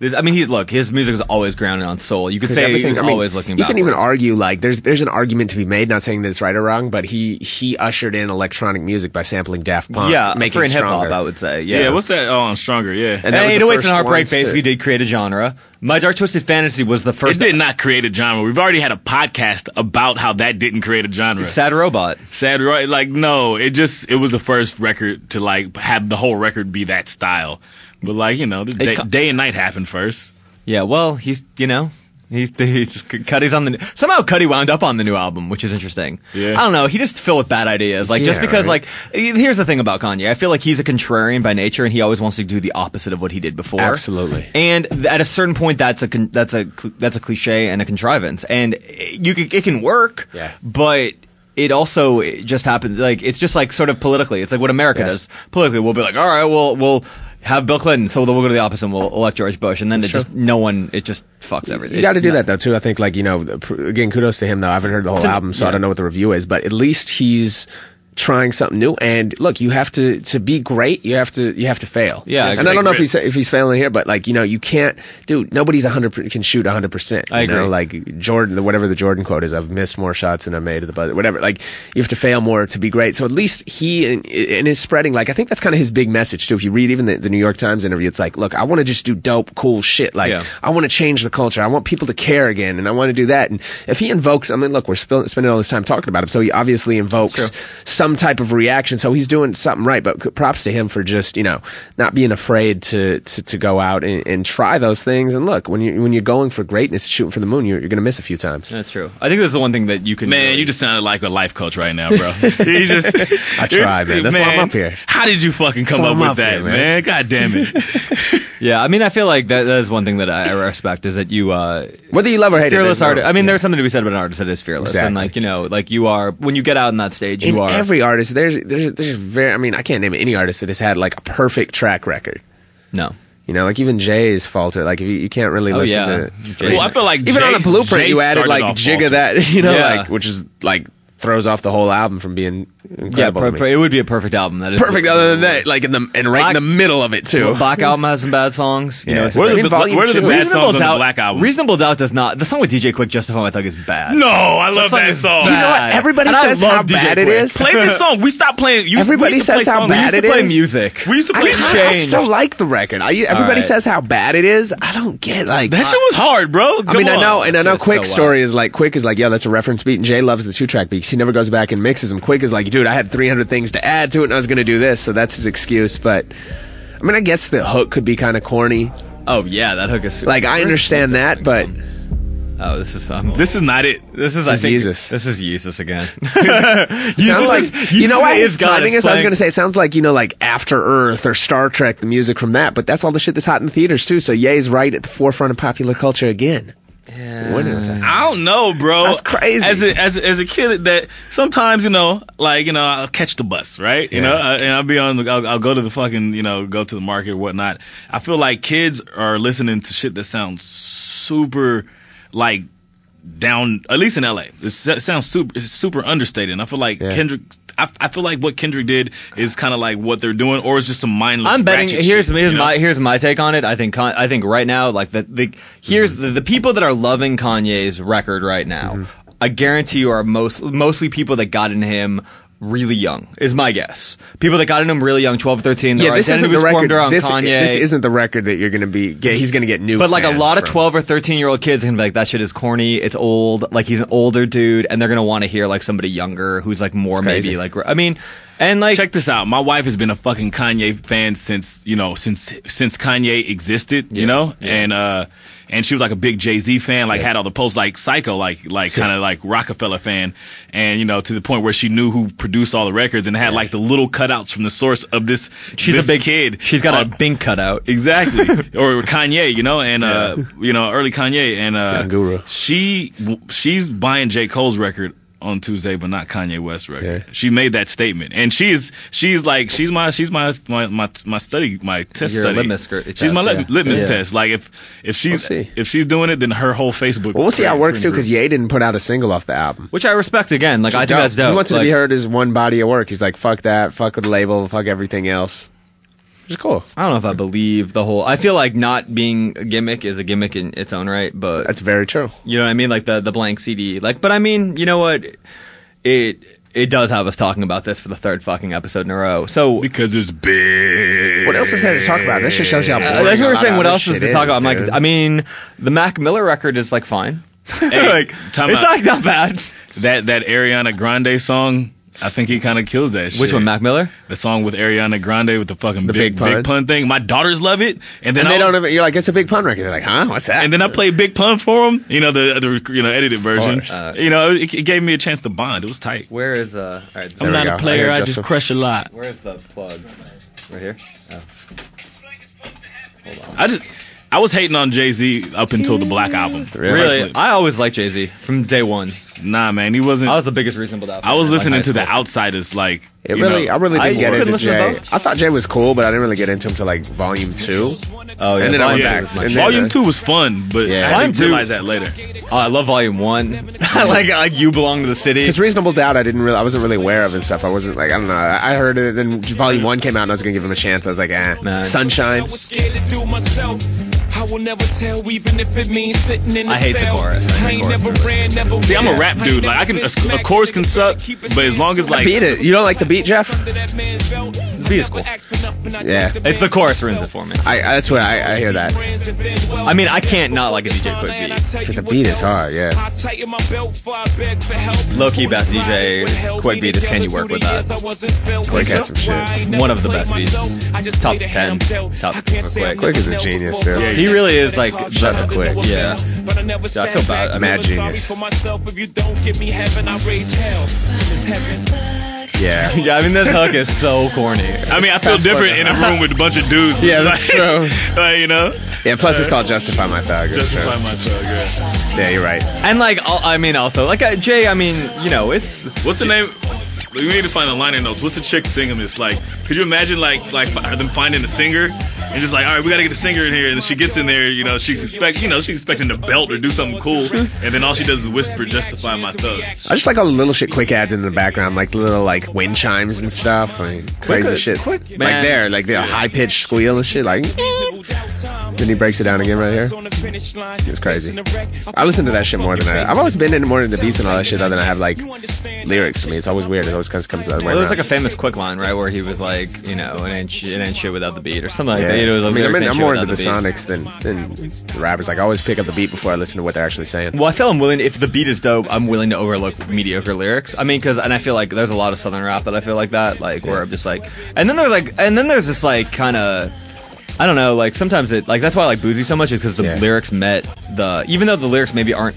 This. I mean, he's look. His music is always grounded on soul. You could
'cause
say
everything's-
he's
I mean,
always looking.
You
backwards.
can even argue like there's there's an argument to be made. Not saying that it's right or wrong, but he he ushered in electronic music by sampling Daft Punk.
yeah,
making
for
it
in hip hop,
stronger.
I would say.
yeah.
Yeah,
what's that? Oh, I'm stronger. Yeah,
And
And
that was the
808s and
first
Heartbreak
ones to-
basically did create a genre. My Dark Twisted Fantasy was the
it
first.
did not create a genre. We've already had a podcast about how that didn't create a genre.
Sad Robot.
Sad right? Like no, it just it was the first record to like have the whole record be that style. But like you know, the day,
co-
day and night happened first.
Yeah, well, he's you know he he's Cuddy's on the somehow Cuddy wound up on the new album, which is interesting.
Yeah.
I don't know. He just filled with bad ideas. Like just
Yeah,
because
right.
like eh, here's the thing about Kanye. I feel like he's a contrarian by nature, and he always wants to do the opposite of what he did before.
Absolutely.
And th- at a certain point, that's a con- that's a cl- that's a cliche and a contrivance, and eh, you can, it can work.
Yeah.
But. It also it just happens like it's just like sort of politically. It's like what America
Yeah.
does politically. We'll be like, all right, we'll we'll have Bill Clinton, so then we'll go to the opposite and we'll elect George Bush, and then it
true.
just no one it just fucks everything.
You got to do that though too. I think like you know the- pr- again kudos to him though. I haven't heard the whole album, so I don't know what the review is, but at least he's trying something new. And look, you have to to be great. You have to you have to fail.
Yeah,
and
exactly.
I don't know if
Take
he's if he's failing here, but like you know you can't, dude. Nobody's hundred can shoot hundred percent.
I
You know?
agree.
Like Jordan, the, whatever the Jordan quote is, I've missed more shots than I made at the buzzer. Whatever. Like you have to fail more to be great. So at least he and, and is spreading. Like I think that's kind of his big message too. If you read even the, the New York Times interview, it's like, look, I want to just do dope, cool shit. Like
Yeah.
I want to change the culture. I want people to care again, and I want to do that. And if he invokes, I mean, look, we're spill, spending all this time talking about him, so he obviously invokes some type of reaction. So he's doing something right. But c- props to him for just you know not being afraid to to, to go out and, and try those things. And look, when you when you're going for greatness, shooting for the moon, you're, you're going to miss a few times.
That's true. I think that's the one thing that you can.
Man,
really-
you just sounded like a life coach right now, bro. you just
I try, man. That's why I'm up here.
How did you fucking come
why
up
I'm
with
up
that,
here,
man?
man.
God damn it.
yeah. I mean, I feel like that, that is one thing that I I respect is that you uh,
Whether you love or hate
fearless
it,
artist. I mean, there's something to be said about an artist that is fearless, and
Exactly.
like you know, like you are when you get out on that stage,
in
you are.
every artist, there's there's there's very. I mean, I can't name any artist that has had like a perfect track record.
no,
You know, like even Jay's falter. Like if you, you can't really
Oh,
listen
yeah.
to.
Jay- Well,
I feel like
even on a
Jay-
blueprint,
Jay
you added
started
like
off
jig
falter.
of that. You know,
Yeah.
like which is like throws off the whole album from being
yeah,
incredible.
pro-
to me.
pro- it would be a perfect album. That is
perfect. Other than that, like in the and right in the middle of it too.
Black album has some bad songs. You
Yeah.
know, it's a
What are
great-
the-
Where
Volume
are the
two.
bad
Reasonable
songs on
doubt.
the Black Album?
Reasonable doubt does not. The song with DJ Quick, Justify My Thug, is bad.
no, I love
song
that
is
song.
bad.
you know what? Everybody
And I
says
love
how
DJ
bad it
Quick.
is.
Play this song. We stopped playing. You,
Everybody
we used to
says
play
how
songs.
bad
we
to
it
used
play
is.
music.
To, we used to
I,
play.
mean, I- I
changed.
still like the record. I, everybody
right.
says how bad it is. I don't get like
that shit was hard, bro.
I mean,
Come
I know,
on.
and I know.
Just
Quick
so
story is like Quick is like, yo, that's a reference beat, and Jay loves the two track beats. He never goes back and mixes them. Quick is like, dude, I had 300 things to add to it, and I was gonna do this, so that's his excuse. But I mean, I guess the hook could be kind of corny.
Oh yeah, that hook is super.
Like, I
Where's
understand
this
that,
coming
but
from? oh, this is um,
This is not it.
This is, I
is
think,
Jesus.
This is Jesus again.
sounds
Jesus
like
is- Jesus
you know what
is
his
God.
timing
It's
is. I was
playing-
gonna say it sounds like you know, like After Earth or Star Trek, the music from that. But that's all the shit that's hot in the theaters too. So Ye's right at the forefront of popular culture again. Yeah.
I don't know, bro.
That's crazy.
As a, as a, as a kid, that sometimes you know, like you know, I'll catch the bus, right? You know, I, and I'll be on. The, I'll, I'll go to the fucking, you know, go to the market or whatnot. I feel like kids are listening to shit that sounds super, like down. At least in LA, it so- sounds super it's super understated. And I feel like Kendrick. I, I feel like what Kendrick did is kind of like what they're doing, or it's just some mindless.
I'm betting.
ratchet
Here's
shit,
here's
you know?
my here's my take on it. I think Con- I think right now, like the the here's
Mm-hmm.
the, the people that are loving Kanye's record right now. I guarantee you are most mostly people that got in him really young. Is my guess. People that got in him really young, 12, 13. Their
Yeah, this
identity
isn't the
was formed
record.
around
This,
Kanye.
this isn't the record that you're gonna be. Get, he's gonna get new.
But like a
fans
lot of
from.
twelve or thirteen year old kids are gonna be like, that shit is corny. It's old. Like he's an older dude, and they're gonna want to hear like somebody younger who's like more
crazy.
maybe like I mean, and like
Check this out. My wife has been a fucking Kanye fan since you know since since Kanye existed. You know, and uh, and she was like a big Jay Z fan. Like had all the posts like psycho, like like kind of like Rockefeller fan, and you know to the point where she knew who produced all the records and had like the little cutouts from the source of this.
she's
this
a big
kid.
She's got
on-
a bink cutout.
Exactly, or Kanye, you know, and uh, you know, early Kanye, and uh,
Yeah, Guru.
She she's buying J Cole's record on Tuesday, but not Kanye West record.
Yeah.
She made that statement, and she's she's like she's my she's my my my, my study my test
Your
study.
litmus gr-
she's my
test,
lit-
yeah.
litmus
Yeah.
test. Like if if she's
We'll see.
if she's doing it, then her whole Facebook.
Well, we'll see how it works too, because
yeah.
Ye didn't put out a single off the album.
Which I respect again. Like I think
Dope.
that's dope.
He wants it
like,
to be heard as one body of work. He's like, fuck that, fuck the label, fuck everything else. Which is cool.
I don't know if I believe the whole. I feel like not being a gimmick is a gimmick in its own right, but
That's very true.
you know what I mean, like the the blank CD. Like, but I mean, you know what? It it does have us talking about this for the third fucking episode in a row. So
because it's big.
What else is there to talk about? This just shows you how boring.
Uh, that's
a
what we
lot
were
of
saying. What
other
else is
shit
to talk about? Mike?
dude.
I mean, the Mac Miller record is like fine. like,
time
it's
out.
like not bad.
That that Ariana Grande song, I think he kind of kills that shit.
Which one, Mac Miller?
The song with Ariana Grande with the fucking big,
big pun.
big pun thing. My daughters love it, and then
And
I,
they don't even, you're like, it's a big pun record. They're like, huh? What's that?
and then I played Big Pun for him. You know the the you know edited version.
course.
you know it, it gave me a chance to bond. It was tight.
Where is uh? All right,
There
I'm
we
not
go.
a player,
I
I
hear
just
Justin.
crush a lot.
where's the plug? Right here.
I just I was hating on Jay Z up until the Black Album.
Really,
Personally.
I always liked Jay Z from day one.
Nah, man, he wasn't.
I was the biggest reasonable doubt.
I was
fan, like,
listening
high
to the
school.
Outsiders. Like
It
you
really,
know,
I really
I
didn't get
couldn't
into
listen to
Jay.
both.
I thought Jay was cool, but I didn't really get into him till like volume two.
Oh yeah,
And then I went
Volume
back. And
Two was my shit.
then- uh,
Volume two was fun, but
Yeah.
I
Volume
didn't
two-
realize that later.
Oh, I love Volume One. I like like you belong to the city.
Because reasonable doubt, I didn't really, I wasn't really aware of and stuff. I wasn't like, I don't know. I I heard it, then volume one came out, and I was gonna give him a chance. I was like, eh,
Man.
sunshine.
I was scared to do myself. I will never tell, even if it means sitting in the
I hate the
cell.
chorus. I hate
I ain't
the chorus
never
in this.
ran, never
See, I'm a
will.
rap
I ain't
dude. Like,
never
I can-
been
a- a
smacked,
chorus
nigga,
can
but
suck,
keep it
but as long as,
smacked.
like-
Beat it. You don't like the beat, Jeff?
Under that man's belt.
beat is cool.
Never asked for nothing, I
Yeah.
took the
It's the
man
chorus
myself.
ruins it for me.
I, that's what I, I hear that.
I mean, I can't not like a DJ Quick beat.
'Cause the beat is hard, yeah.
Low key best DJ Quick beat is Can You Work With That?
Quick
has some shit.
One of the best beats. Top 10, top Quick.
Quick is a genius, dude.
Yeah,
He really is like
Shout out to Quick.
Yeah. Yeah, I feel bad. I mean,
Mad genius.
For myself, if you don't give me heaven, I raise hell. Till it's heaven.
Yeah.
yeah, I mean this hook is so corny.
I mean, I feel different in a room with a bunch of dudes.
Yeah, that's
Like-
true.
like, you know,
Yeah, plus it's called Justify My Thug. It's true.
justify myself. Yeah.
Yeah, you're right.
And like, al- I mean, also like uh, Jay. I mean, you know, it's
What's the name? We need to find the liner notes. What's the chick singing this? Like, could you imagine like like fi- them finding a singer and just like, all right, we gotta get a singer in here, and then she gets in there, you know, she's expect, you know, she's expecting to belt or do something cool, and then all she does is whisper, "Justify my thug."
I just like all the little shit quick ads in the background, like the little like wind chimes and stuff, like crazy shit.
quick,
like
man.
there, like the high pitched squeal and shit, like. Then he breaks it down again right here.
It's
crazy. I listen to that shit more than I. I've always been into more into the beats and all that shit other than I have like lyrics to me. It's always weird. It always kind of comes out of my
well, there's like a
mouth.
famous Quick line right where he was like, you know, an inch, an inch shit without the beat or something like
Yeah.
that. You know, it was
I
like,
mean, I'm,
lyrics
in,
ain't
I'm
shit
more into
without
the
beat.
sonics than, than the rappers. Like I always pick up the beat before I listen to what they're actually saying.
Well, I feel I'm willing if the beat is dope, I'm willing to overlook mediocre lyrics. I mean, because and I feel like there's a lot of southern rap that I feel like that, like where I'm just like, and then there's like, and then there's this like kind of, I don't know, like sometimes it like that's why I like boozy so much is because the
Yeah.
lyrics met the even though the lyrics maybe aren't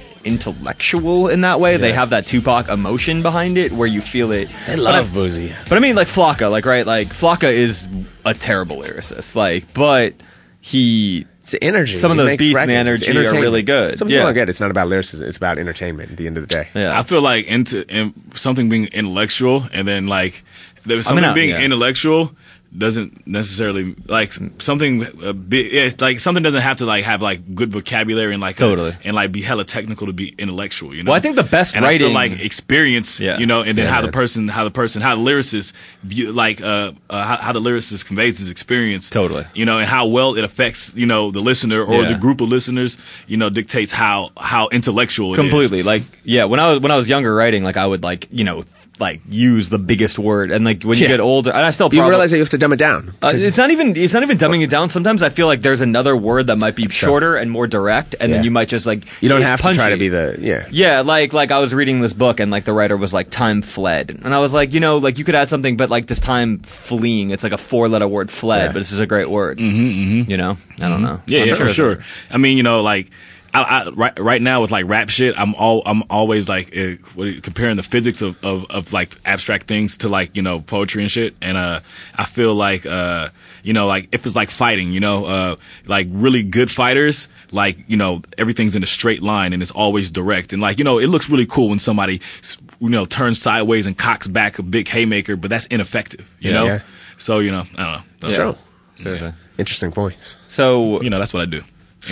intellectual in that way, they
Yeah.
have that Tupac emotion behind it where you feel it.
I
But I-
love boozy.
but I mean, like Flocka, like right, like Flocka is a terrible lyricist, like, but he
It's the energy.
Some
He
of those
makes
beats and
records.
energy
It's
are
entertainment.
really good.
Some people
Yeah.
are good. It's not about lyricism. It's about entertainment. At the end of the day.
yeah.
I feel like into in, something being intellectual and then like there's something
I-
being
yeah.
intellectual doesn't necessarily like something uh, be, yeah, it's like something doesn't have to like have like good vocabulary and like a-
Totally.
and like be hella technical to be intellectual you know
Well, I think the best
and I
writing-
feel like experience
Yeah.
you know and then
Yeah,
how
man.
the person how the person how the lyricist view, like uh, uh how, how the lyricist conveys his experience
Totally.
you know and how well it affects you know the listener or
Yeah.
the group of listeners you know dictates how how intellectual it is.
completely like yeah when i was when i was younger writing like i would like you know like use the biggest word and like when you
Yeah.
get older and i still
You
probably,
realize that you have to dumb it down.
uh, it's not even it's not even dumbing it down sometimes i feel like there's another word that might be
true.
shorter and more direct and
Yeah.
then you might just like
You don't
get
have to try to
punchy.
be the yeah.
yeah, like like I was reading this book and like the writer was like time fled, and I was like, you know, like you could add something, but like this time fleeing, it's like a four letter word fled,
Yeah.
but this is a great word, mm-hmm, You know, I don't know.
Yeah,
I'm
yeah, for
it's-
sure. I mean, you know, like I, I right right now with like rap shit, I'm all I'm always like uh, what do you- comparing the physics of, of of like abstract things to like you know poetry and shit, and uh I feel like uh you know like if it's like fighting, you know uh like really good fighters, like you know everything's in a straight line and it's always direct, and like you know it looks really cool when somebody s- you know turns sideways and cocks back a big haymaker, but that's ineffective, you
Yeah.
know.
Yeah.
So you know I don't know. That's-
True.
Seriously.
Interesting points.
So
You know that's what I do.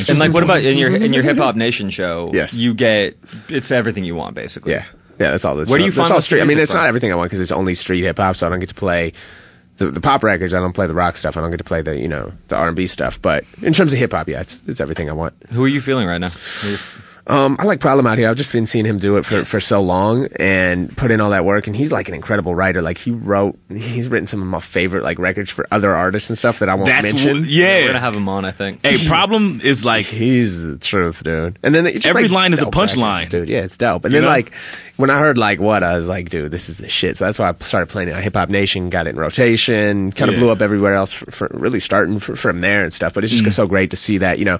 and like, what about in your in your hip hop nation show?
Yes.
you get it's everything you want basically.
Yeah, yeah, that's all. That's
Where do you
that's
find
all
most
street? I mean,
music
it's
from?
not everything I want because it's only street hip hop, so I don't get to play the, the pop records. I don't play the rock stuff. I don't get to play the you know the R and B stuff. But in terms of hip hop, yeah, it's, it's everything I want.
Who are you feeling right now?
Um, I like Problem out here. I've just been seeing him do it for, for so long and put in all that work. And he's like an incredible writer. Like he wrote, he's written some of my favorite like records for other artists and stuff that I won't
That's
mention.
what-
We're
yeah.
gonna have him on, I think.
Hey, problem is like
He's the truth, dude. And then it just
Every
makes
line is a
dope
punchline.
records, dude. Yeah, it's dope. And
You
then
know?
like when I heard like what I was like, dude, this is the shit. So that's why I started playing it on Hip Hop Nation, got it in rotation, kind of
Yeah.
blew up everywhere else for, for really starting fr from there and stuff. But it's just
Mm.
so great to see that you know.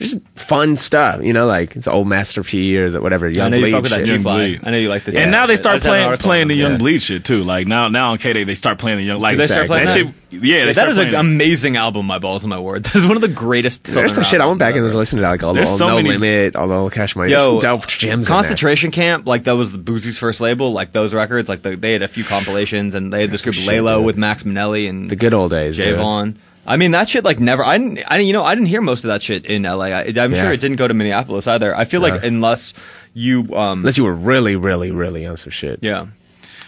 Just fun stuff, you know, like it's old Master P or the, whatever.
I
Young
know you
Bleed
fuck with that
shit.
T
Young
Fly.
Bleed.
I know you like the.
and now they
I
start
was having an
playing
article
playing
on
the
it.
Young
Yeah.
Bleed shit too. Like now now on K Day they start playing the Young like
they start playing
that
that?
shit. Yeah, they
That
start
is an
playing that.
amazing album, My Balls and My Word. That is one of the greatest.
There's some
Southern
shit I
albums
went back and
ever.
was listening to, like all the
There's
old
so
No
many-
Limit, all the old Cash Money. There's
Yo,
some dope gems. in there.
Concentration Camp, like that was the Boozy's first label, like those records, like the, they had a few compilations, and they had this group
some shit,
Lalo
dude.
with Max Minelli and
the good old days, dude.
Javon. I mean, that shit like never. I didn't. I didn't- you know I didn't hear most of that shit in L.A. I, I'm
Yeah.
sure it didn't go to Minneapolis either. I feel like
Yeah.
unless you, um,
Unless you were really, really, really on some shit.
yeah,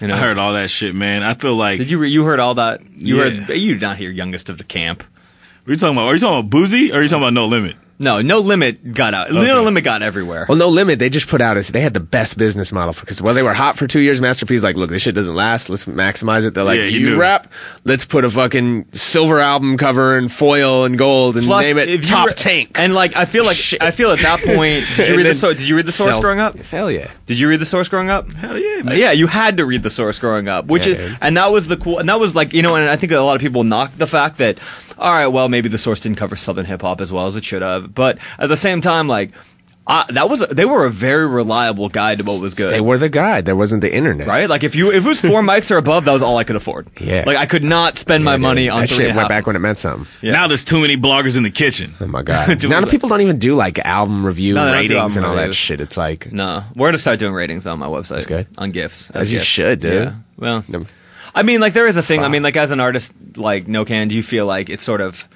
you know,
I heard all that shit, man. I feel like
Did you you heard all that? You
Yeah.
heard you did not hear Youngest of the Camp.
Are you talking about? Are you talking about Boozy? Or are you talking about No Limit?
No, No Limit got out. No
Okay.
Limit got everywhere.
Well, No Limit, they just put out as they had the best business model for because while they were hot for two years, Master P's like, look, this shit doesn't last. Let's maximize it. They're like,
Yeah, he
you
knew.
rap, let's put a fucking silver album cover and foil and gold and name it
if you
Top
re-
Tank.
And like I feel like
Shit.
I feel at that point. Did you
And
read the
then
source? Did you read the source
sell-
growing up?
Hell yeah.
Did you read the source growing up?
Hell yeah, man.
Yeah, you had to read the source growing up, which
Yeah,
is,
dude.
and that was the cool, and that was like, you know, and I think a lot of people knock the fact that, all right, well, maybe the source didn't cover Southern hip hop as well as it should have, but at the same time, like, I, that was they were a very reliable guide to what was good.
They were the guy. There wasn't the internet.
Right, like if you if it was four mics or above, that was all I could afford.
Yeah.
like I could not spend my
Dude,
money on
that
three
shit
and a
went
half-
back when it meant something.
Yeah.
Now there's too many bloggers in the kitchen.
Oh my god!
Dude,
now
what
the
the-
people don't even do like album review
No, they don't do
ratings
album
and all that
reviews.
shit. It's like
No, we're gonna start doing ratings on my website. That's
good.
On gifts,
As you
gifts.
should, dude.
Yeah. Well,
Yep.
I mean, like there is a thing. I mean, like as an artist, like No Can, do you feel like it's sort of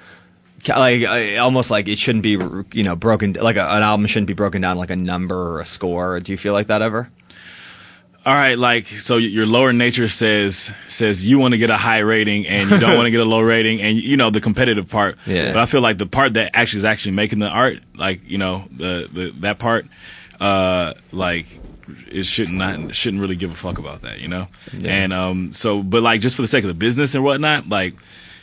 ca- like I- almost like it shouldn't be, you know, broken like a, an album shouldn't be broken down like a number or a score? Do you feel like that ever?
All right, like so y- your lower nature says says you want to get a high rating and you don't want to get a low rating and you know the competitive part.
Yeah.
But I feel like the part that actually is actually making the art, like you know the, the that part, uh, like it shouldn't not shouldn't really give a fuck about that, you know. And um, so but like just for the sake of the business and whatnot, like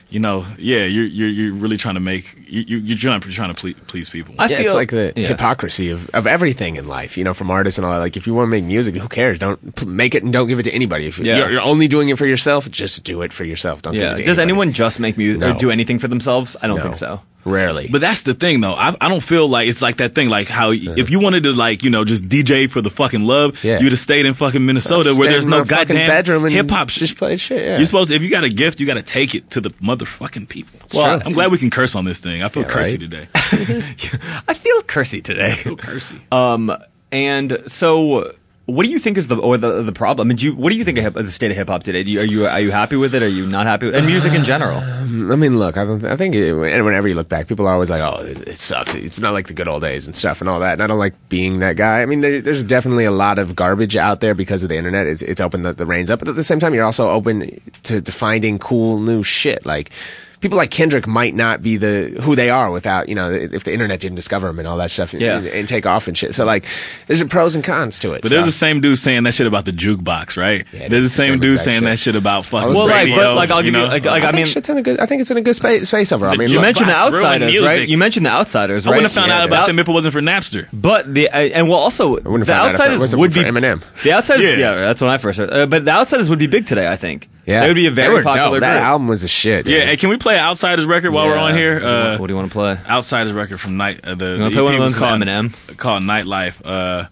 you know, yeah, you're you're you're really trying to make you you- you're trying to trying to please, please people.
I
yeah,
feel
it's like the
yeah.
hypocrisy of, of everything in life, you know, from artists and all that. Like, if you want to make music, who cares? Don't p- make it and don't give it to anybody. If
Yeah.
you're, you're only doing it for yourself, just do it for yourself. Don't
Yeah.
give it to
Does
anybody.
anyone just make music or
No.
do anything for themselves? I don't
No.
think so.
Rarely.
But that's the thing, though. I, I don't feel like it's like that thing, like how y if you wanted to, like you know, just DJ for the fucking love,
Yeah.
you'd have stayed in fucking Minnesota where
Stay
there's
in
no
my fucking
goddamn
bedroom and
hip hop.
Just play shit. Yeah.
You're supposed if you got a gift, you got to take it to the motherfucking people.
Well,
well, I'm glad we can curse on this thing. I feel
Yeah,
cursy
right?
today.
I feel cursy today.
I feel cursy.
Um, and so, what do you think is the or the the problem? I mean, do you, what do you think of hip, the state of hip hop today? Do you, are you are you happy with it? Are you not happy? with And music in general.
I mean, look, I, don't, I think it, whenever you look back, people are always like, oh, it, it sucks. It's not like the good old days and stuff and all that. And I don't like being that guy. I mean, there, there's definitely a lot of garbage out there because of the internet. It's, it's opened the, the reins up. But at the same time, you're also open to, to finding cool new shit. Like, people like Kendrick might not be the who they are without, you know, if the internet didn't discover them and all that stuff and-
Yeah.
and, take off and shit. So, like, there's pros and cons to it.
But there's the same dude saying that shit about the jukebox, right?
Yeah,
there's the
it's the
same
same
dude
exact
saying
shit.
that shit about fucking
Well, like,
radio.
but, like, I'll
you
give you,
know?
like, like, I
I,
mean,
think shit's in a good, I think it's in a good space, space overall. I mean,
you
look,
mentioned the
Bots ruin
outsiders,
music.
right? You mentioned the outsiders,
I
right?
wouldn't have found
Yeah,
out
dude.
about them if it wasn't for Napster.
But the I- and well, also
wouldn't
the
have found out if it
outsiders
wasn't
would be
for Eminem.
The outsiders, yeah.
Yeah.
that's when I first heard. Uh, but the outsiders would be big today, I think.
Yeah,
That would be a very
They were dope.
popular
That
group.
album was a shit.
Yeah,
dude.
hey, can we play Outsiders record while we're
Yeah.
on here? Uh,
what do you want to play?
Outsiders record from Night. Uh, the
wanna
the
play one
EP
of
was
those with
called
Eminem?
Called Nightlife. Uh,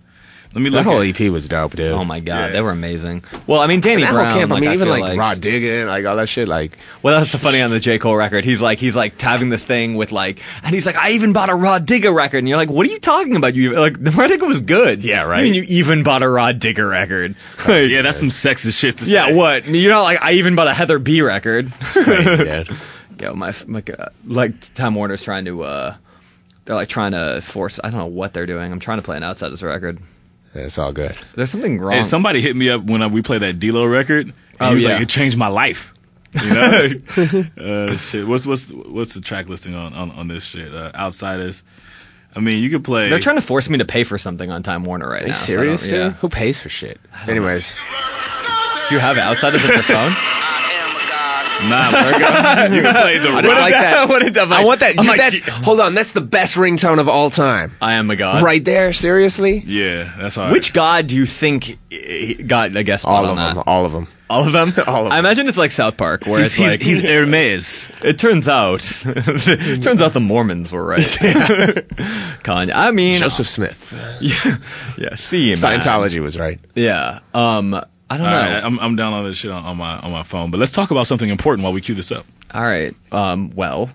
let me
that
look.
whole E
at-
EP was dope, dude.
Oh my god,
Yeah.
they were amazing. Well, I mean, Danny
That
Brown.
whole camp. I
like,
mean, even
feel
like,
like
Rod Diggin, like all that shit. Like,
Well, that's the funny on the J. Cole record. He's like, he's like having this thing with like, and he's like, I even bought a Rod Digger record. And you're like, what are you talking about? You like, the Rod Digger was good.
Yeah,
What
right.
do You mean you even bought a Rod Digger record? Like,
Yeah, that's some sexist shit to say.
yeah, what? You're not like, I even bought a Heather B record.
crazy, dude.
Yo, my, my God. like Time Warner's trying to, uh, they're like trying to force, I don't know what they're doing. I'm trying to play an Outsiders record.
It's all good.
There's something wrong.
Hey, somebody hit me up when uh, we played that D'Lo record. And
um, Oh,
he was
yeah.
like, it changed my life. You know? uh, shit. What's what's what's the track listing on on, on this shit? Uh, Outsiders. I mean, you could play.
they're trying to force me to pay for something on Time Warner right
Are you
now. so I don't-
serious, dude?
yeah.
Who pays for shit? Anyways,
Do you have Outsiders on your phone? Oh
Nah, bro. you can play the.
I just like that.
What did that-
I want that.
I'm like,
that's,
gee-
hold on, that's the best ringtone of all time.
I am a god.
right there, seriously.
yeah, that's all.
Which
right.
god do you think eh, got I guess
All
on
of
that?
them. All of them.
All of them.
All of
I
them.
imagine it's like South Park, where
He's,
it's
he's,
like
he's Hermes.
it turns out, it turns out the Mormons were right. Kanye. I mean,
Joseph Smith.
yeah, see, man.
Scientology was right.
Yeah. Um, I don't
All
know.
right, I'm I'm down on this shit on, on my on my phone. But let's talk about something important while we cue this up.
All right. Um, well,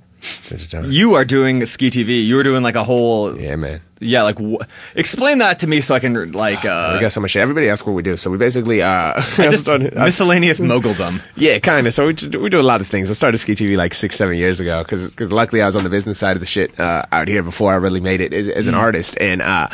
you are doing Ski TV. You were doing like a whole.
Yeah, man.
Yeah, like wh- explain that to me so I can like
we
uh,
got so much shit. Everybody asks what we do. So we basically uh,
just miscellaneous moguldom.
Yeah, kind of. So we, do- we do a lot of things. I started Ski TV like six, seven years ago because luckily I was on the business side of the shit uh, out here before I really made it as, as
Mm-hmm.
an artist. And uh,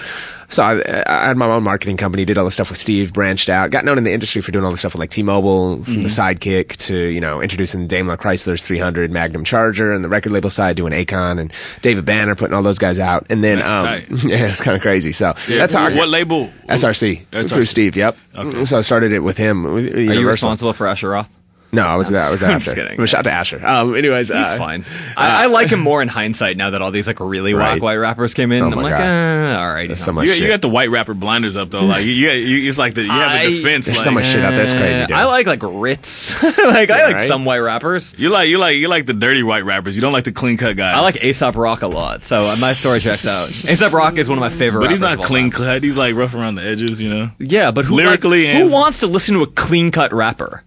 so I, I had my own marketing company, did all the stuff with Steve, branched out, got known in the industry for doing all the stuff with like T-Mobile, from
Mm-hmm.
the sidekick to, you know, introducing Daimler Chrysler's 300 Magnum Charger and the record label side doing Akon and David Banner putting all those guys out. And then,
That's
um,
tight.
yeah, it's kind of crazy. So
Yeah,
that's how I,
What label?
SRC,
SRC.
through Steve, yep.
Okay.
So I started it with him. With
Are you
Universal.
responsible for Asher Roth?
No, I was that. I was
I'm
after.
just kidding.
Well, shout out to Asher. Um, anyways,
He's
uh,
fine. I, I like him more in hindsight now that all these like really
Right.
rock white rappers came in.
Oh
I'm
my
like,
God.
eh, all right. he's
so
not-
much
You,
shit.
you got the white rapper blinders up though. Like you, you, you it's like the you have
I-
a defense.
There's
like,
so much shit out there. It's crazy,
Eh,
dude.
I like like Ritz. like I like
right?
some white rappers.
You like you like you like the dirty white rappers. You don't like the clean cut guys.
I like Aesop Rock a lot, so my story checks out. Aesop Rock is one of my favorite.
but
rappers
he's not
of all
clean
time.
cut. He's like rough around the edges. You know.
Yeah, but who,
Lyrically
like, who
and-
wants to listen to a clean cut rapper?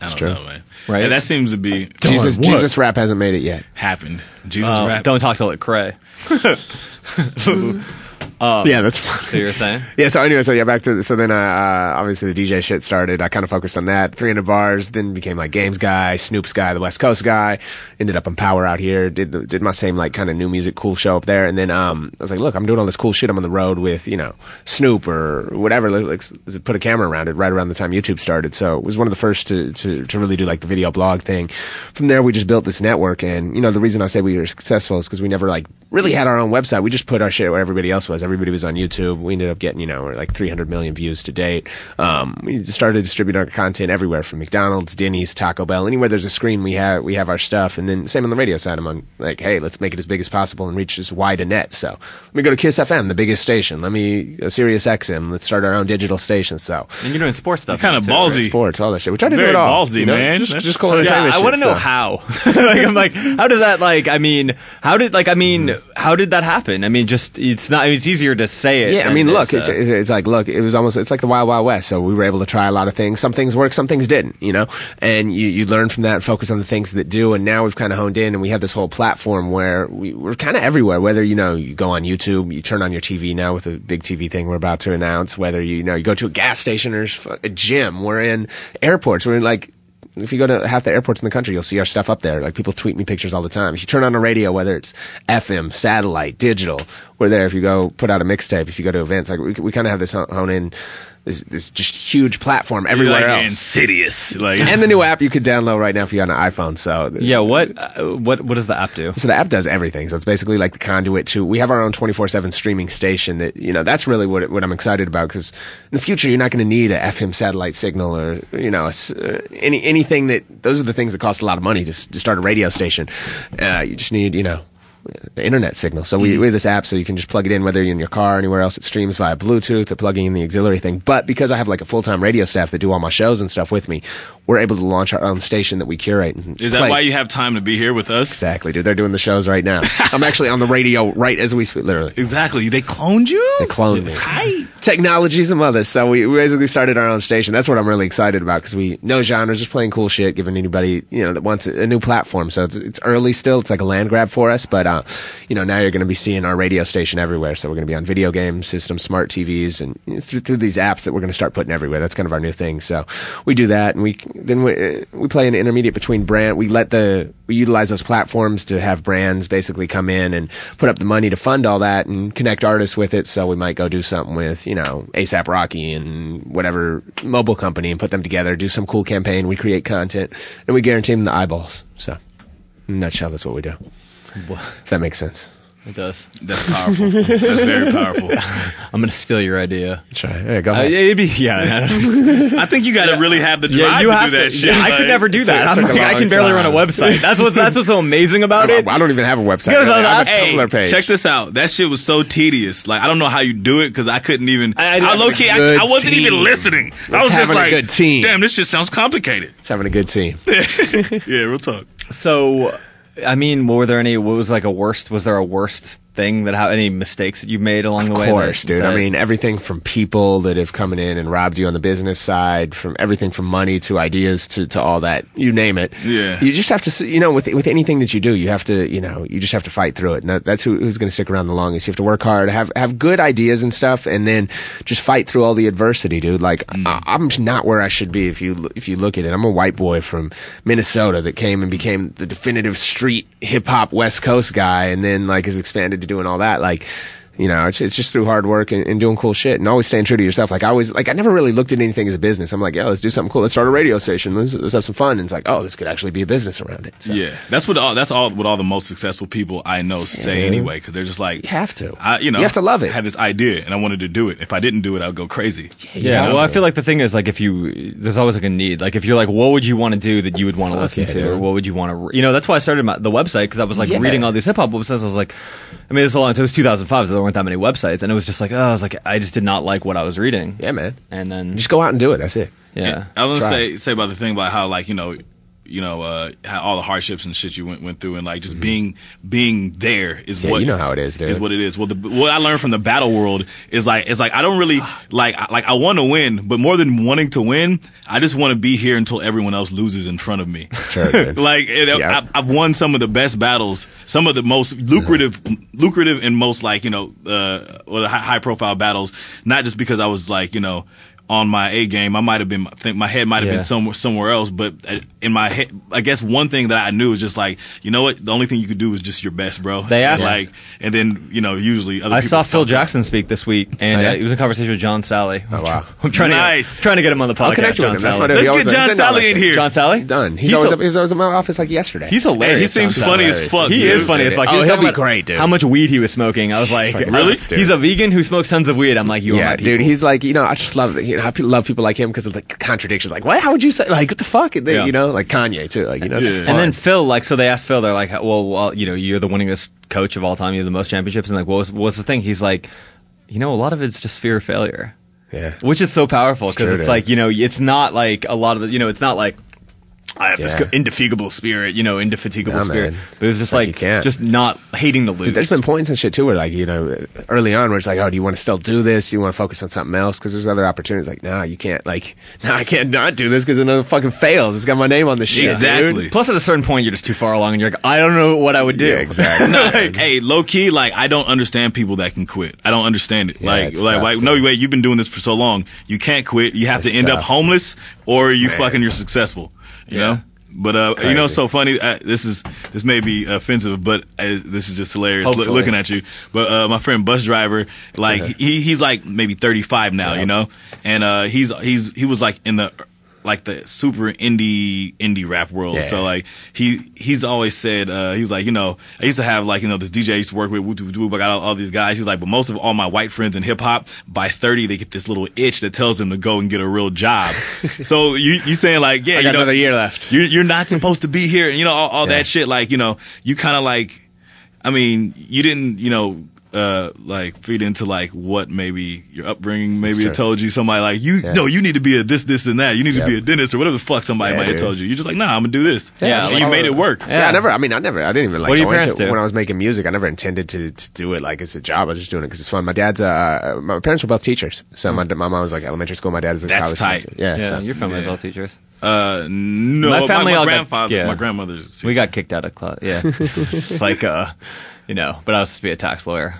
I don't
true.
know, man.
Right?
Yeah, that seems to be
Jesus,
Darn, what?
Jesus rap hasn't made it yet.
happened. Jesus
Um,
rap.
Don't talk till it cray.
yeah, that's
So
fine.
you're saying?
Yeah, so anyway, so yeah, back to so then uh, uh, obviously the DJ shit started. I kind of focused on that. 300 bars, then became like games guy, Snoop's guy, the West Coast guy. Ended up on Power out here. Did the- did my same like kind of new music cool show up there, and then um I was like, look, I'm doing all this cool shit. I'm on the road with you know Snoop or whatever. Like, like, put a camera around it right around the time YouTube started. So it was one of the first to to to really do like the video blog thing. From there, we just built this network, and you know the reason I say we were successful is because we never like really had our own website. We just put our shit where everybody else was. Everybody was on YouTube. We ended up getting, you know, we're like 300 million views to date. Um, we started to distribute our content everywhere from McDonald's, Denny's, Taco Bell, anywhere there's a screen, we have, we have our stuff. And then same on the radio side. I'm on like, hey, let's make it as big as possible and reach as wide a net. So let me go to Kiss FM, the biggest station. Let me, uh, Sirius XM. Let's start our own digital station. So
And you're doing sports stuff.
Kinda
now, too,
ballsy.
right?
sports, all that shit. We try to
Very
do it all.
ballsy, man.
Just,
That's
just cool
tight.
Yeah,
entertainment
I want to
shit,
know
so.
how. like, I'm like, how does that like? I mean, how did like? I mean, how did that happen? I mean, just it's not. I mean, it's easier to say it. uh,
Yeah, I
than
mean,
it is
look,
to-
it's, it's, it's like, look, it was almost, it's like the Wild Wild West. So we were able to try a lot of things. Some things worked, some things didn't, you know? And you, you learn from that and focus on the things that do. And now we've kind of honed in and we have this whole platform where we, we're kind of everywhere. Whether, you know, you go on YouTube, you turn on your TV now with a big TV thing we're about to announce, whether, you know, you go to a gas station or s- a gym, we're in airports, we're in like, if you go to half the airports in the country, you'll see our stuff up there. Like people tweet me pictures all the time. If you turn on a radio, whether it's FM, satellite, digital, we're there. If you go put out a mixtape, if you go to events, like we, we kind of have this hone- hone in, this, this just huge platform
You're,
everywhere
like,
else.
Insidious. Like
And the new app you could download right now if you got an iPhone. So
yeah. What uh, what what does the app do?
so the app does everything. So it's basically like the conduit to. We have our own twenty four seven streaming station. That you know that's really what what I'm excited about because in the future you're not going to need a FM satellite signal or you know a s uh, any anything that those are the things that cost a lot of money to, s- to start a radio station. Uh, you just need you know the internet signal. So
Mm-hmm.
we, we have this app, so you can just plug it in whether you're in your car or anywhere else. It streams via Bluetooth or plugging in the auxiliary thing. But because I have like a full time radio staff that do all my shows and stuff with me, we're able to launch our own station that we curate. And
Is that
play.
why you have time to be here with us?
Exactly, dude. They're doing the shows right now. I'm actually on the radio right as we speak, literally.
Exactly. They cloned you?
They cloned me. Technology's a mother. So we, we basically started our own station. That's what I'm really excited about because we no genres, just playing cool shit, giving anybody you know that wants a, a new platform. So it's, it's early still. It's like a land grab for us, but uh, you know now you're going to be seeing our radio station everywhere. So we're going to be on video game systems, smart TVs, and you know, through, through these apps that we're going to start putting everywhere. That's kind of our new thing. So we do that, and we then we, uh, we play an intermediate between brand. We let the we utilize those platforms to have brands basically come in and put up the money to fund all that and connect artists with it. So we might go do something with, you know, ASAP Rocky and whatever mobile company and put them together, do some cool campaign. We create content and we guarantee them the eyeballs. So, in a nutshell, that's what we do. If that makes sense.
It does.
That's powerful. That's very powerful.
I'm gonna steal your idea.
Sure. Yeah, go
Uh,
ahead.
yeah, it'd be, yeah,
I think you got to really have the drive
yeah. You
to
have
do that
to-
shit.
yeah, I
like-
could never do that. I'm
took a
like, I
long
can barely run a
time.
website. That's what's that's what's so amazing about
I,
it.
I don't even have a website.
Because
really. I have a
I- hey,
Tumblr page.
Check this out. That shit was so tedious. Like I don't know how you do it because I couldn't even.
I-
I,
I-
low key, I,
Good
I wasn't
team.
even listening.
Let's
I was just
having a
like,
good team.
damn, this shit sounds complicated.
It's having a good team.
Yeah, real talk.
So, I mean, were there any? What was like a worst? Was there a worst thing that how any mistakes that you made along the
Of
way?
course,
that-
dude. I
that-
mean, everything from people that have come in and robbed you on the business side, from everything from money to ideas to, to all that, you name it.
Yeah.
You just have to, s- you know, with with anything that you do, you have to, you know, you just have to fight through it. And that, that's who, who's going to stick around the longest. You have to work hard, have have good ideas and stuff, and then just fight through all the adversity, dude. Like I, I'm just not where I should be if you l- if you look at it. I'm a white boy from Minnesota that came and became the definitive street hip hop West Coast guy, and then like has expanded to doing all that, like you know it's, it's just through hard work and, and doing cool shit and always staying true to yourself like i always like i never really looked at anything as a business i'm like yo let's do something cool let's start a radio station let's, let's have some fun and it's like oh this could actually be a business around it So-
Yeah, that's what all. That's all. What all the most successful people I know say anyway, because they're just like,
You have to.
I, you know,
You have to love it.
I had this idea and I wanted to do it. If I didn't do it, I'd go crazy.
yeah.
Yeah.
Well, I feel like the thing is, like, if you there's always like a need. Like, if you're like, what would you want to do that you would want to listen
yeah,
to, or
dude.
what would you want to, re- you know? That's why I started my, the website because I was like
Yeah.
reading all these hip hop websites. I was like, I mean, it's a long. It was 2005, so there weren't that many websites, and it was just like, oh, I was like, I just did not like what I was reading.
yeah man
And then,
just go out and do it that's it
yeah.
I was
Try.
gonna say say about the thing about how like you know, you know, uh, how all the hardships and shit you went went through, and like just being being there is
Mm-hmm. Yeah,
what
you know how it is, dude.
Is what it is. Well, the, what I learned from the battle world is like it's like I don't really like I, like I want to win, but more than wanting to win, I just want to be here until everyone else loses in front of me.
Sure, dude.
Like it,
Yeah.
I, I've won some of the best battles, some of the most lucrative, lucrative and most like you know, uh, well, high profile battles. Not just because I was like you know on my A game, I might have been I think my head might have
Yeah.
been somewhere somewhere else, but uh, in my head, I guess one thing that I knew was just like you know what, the only thing you could do is just your best, bro.
They asked-
like, and then you know usually other
I
people
saw Phil Jackson speak this week, and
Oh, yeah?
uh, it was a conversation with John Sally. Oh,
wow.
I'm trying
Nice.
to get, trying to get him on the podcast.
connect with
John
him. That's
Sally.
what
Let's
He always
get
does-
John
he's done all that
Sally in
shit.
here.
John Sally
done he's,
He's
always
a-
up, he was always in my office like yesterday
He's hilarious.
Hey, he seems
John
funny
Sally.
as fuck.
He
dude.
is funny as fuck.
Oh,
He was
he'll
talking
be
about
great, dude.
How much weed he was smoking? I was like,
fucking
Really?
nuts, dude.
He's a vegan who smokes tons of weed. I'm like, you are
yeah,
my
dude,
people.
he's like, you know, I just love, you know, I pe- love people like him because of the contradictions. Like, what? How would you say? Like, what the fuck? And they-
Yeah.
You know, like Kanye too. Like, you know, it's just
Yeah.
And
fun.
then Phil, like, so they asked Phil, they're like, well, well, you know, you're the winningest coach of all time. You have the most championships. And like, what was, what's the thing? He's like, you know, a lot of it's just fear of failure.
yeah.
which is so powerful because
true,
it's
dude.
like you know it's not like a lot of the you know it's not like I have this
Yeah.
indefatigable spirit, you know, indefatigable
Nah,
spirit.
man.
But it's just
Like,
like,
you can't.
just not hating to lose.
Dude, there's been points and shit too where like you know early on where it's like oh do you want to still do this do you want to focus on something else because there's other opportunities like nah you can't like nah I can't not do this because another fucking fails it's got my name on the shit
Exactly.
dude.
Plus, at a certain point, you're just too far along, and you're like, I don't know what I would do.
Yeah, exactly.
like, hey, low key, like I don't understand people that can quit. I don't understand it. like,
it's
like,
tough,
like,
dude.
no, wait, you've been doing this for so long. You can't quit. You have
It's
to end up
tough.
homeless, or you
Man.
fucking you're successful. You
Yeah.
know. But uh, you know,
Crazy.
so funny. Uh, this is this may be offensive, but uh, this is just hilarious. Look,
Hopefully. Uh-huh.
looking at you, but uh, my friend bus driver, like he he's like maybe thirty five now, you know, and uh, he's he's he was like in the like the super indie indie rap world.
Yeah.
So like like he he's always said uh, he was like you know I used to have like you know this DJ I used to work with woo doo doo, I got all, all these guys he was like but most of all my white friends in hip hop by thirty they get this little itch that tells them to go and get a real job so you you saying like yeah
I
you
got
know,
another year left
you're you're not supposed to be here, and you know all, all that shit. Like you know, you kind of like, I mean, you didn't, you know, uh, like feed into like what maybe your upbringing maybe
true.
it told you somebody like you
Yeah.
no you need to be a this this and that you need
Yep.
to be a dentist or whatever the fuck somebody
Yeah,
might have
dude.
told you you're just like nah I'm gonna do this
Yeah,
and
like-
you made it work
Yeah. I never. I mean, I never. I didn't even like.
What do your
I went
parents
to-
do?
When I was making music, I never intended to, to do it like it's a job. I was just doing it because it's fun. My dad's. Uh, my parents were both teachers, so my, my mom was like elementary school. My dad is a
That's
college
tight.
teacher. Yeah,
Yeah,
so-
your family's all teachers.
uh no
My
my,
family
my,
all got-
grandfather
yeah.
my grandmother's
We got kicked out of class. Yeah, it's like uh, you know, but I was supposed to be a tax lawyer.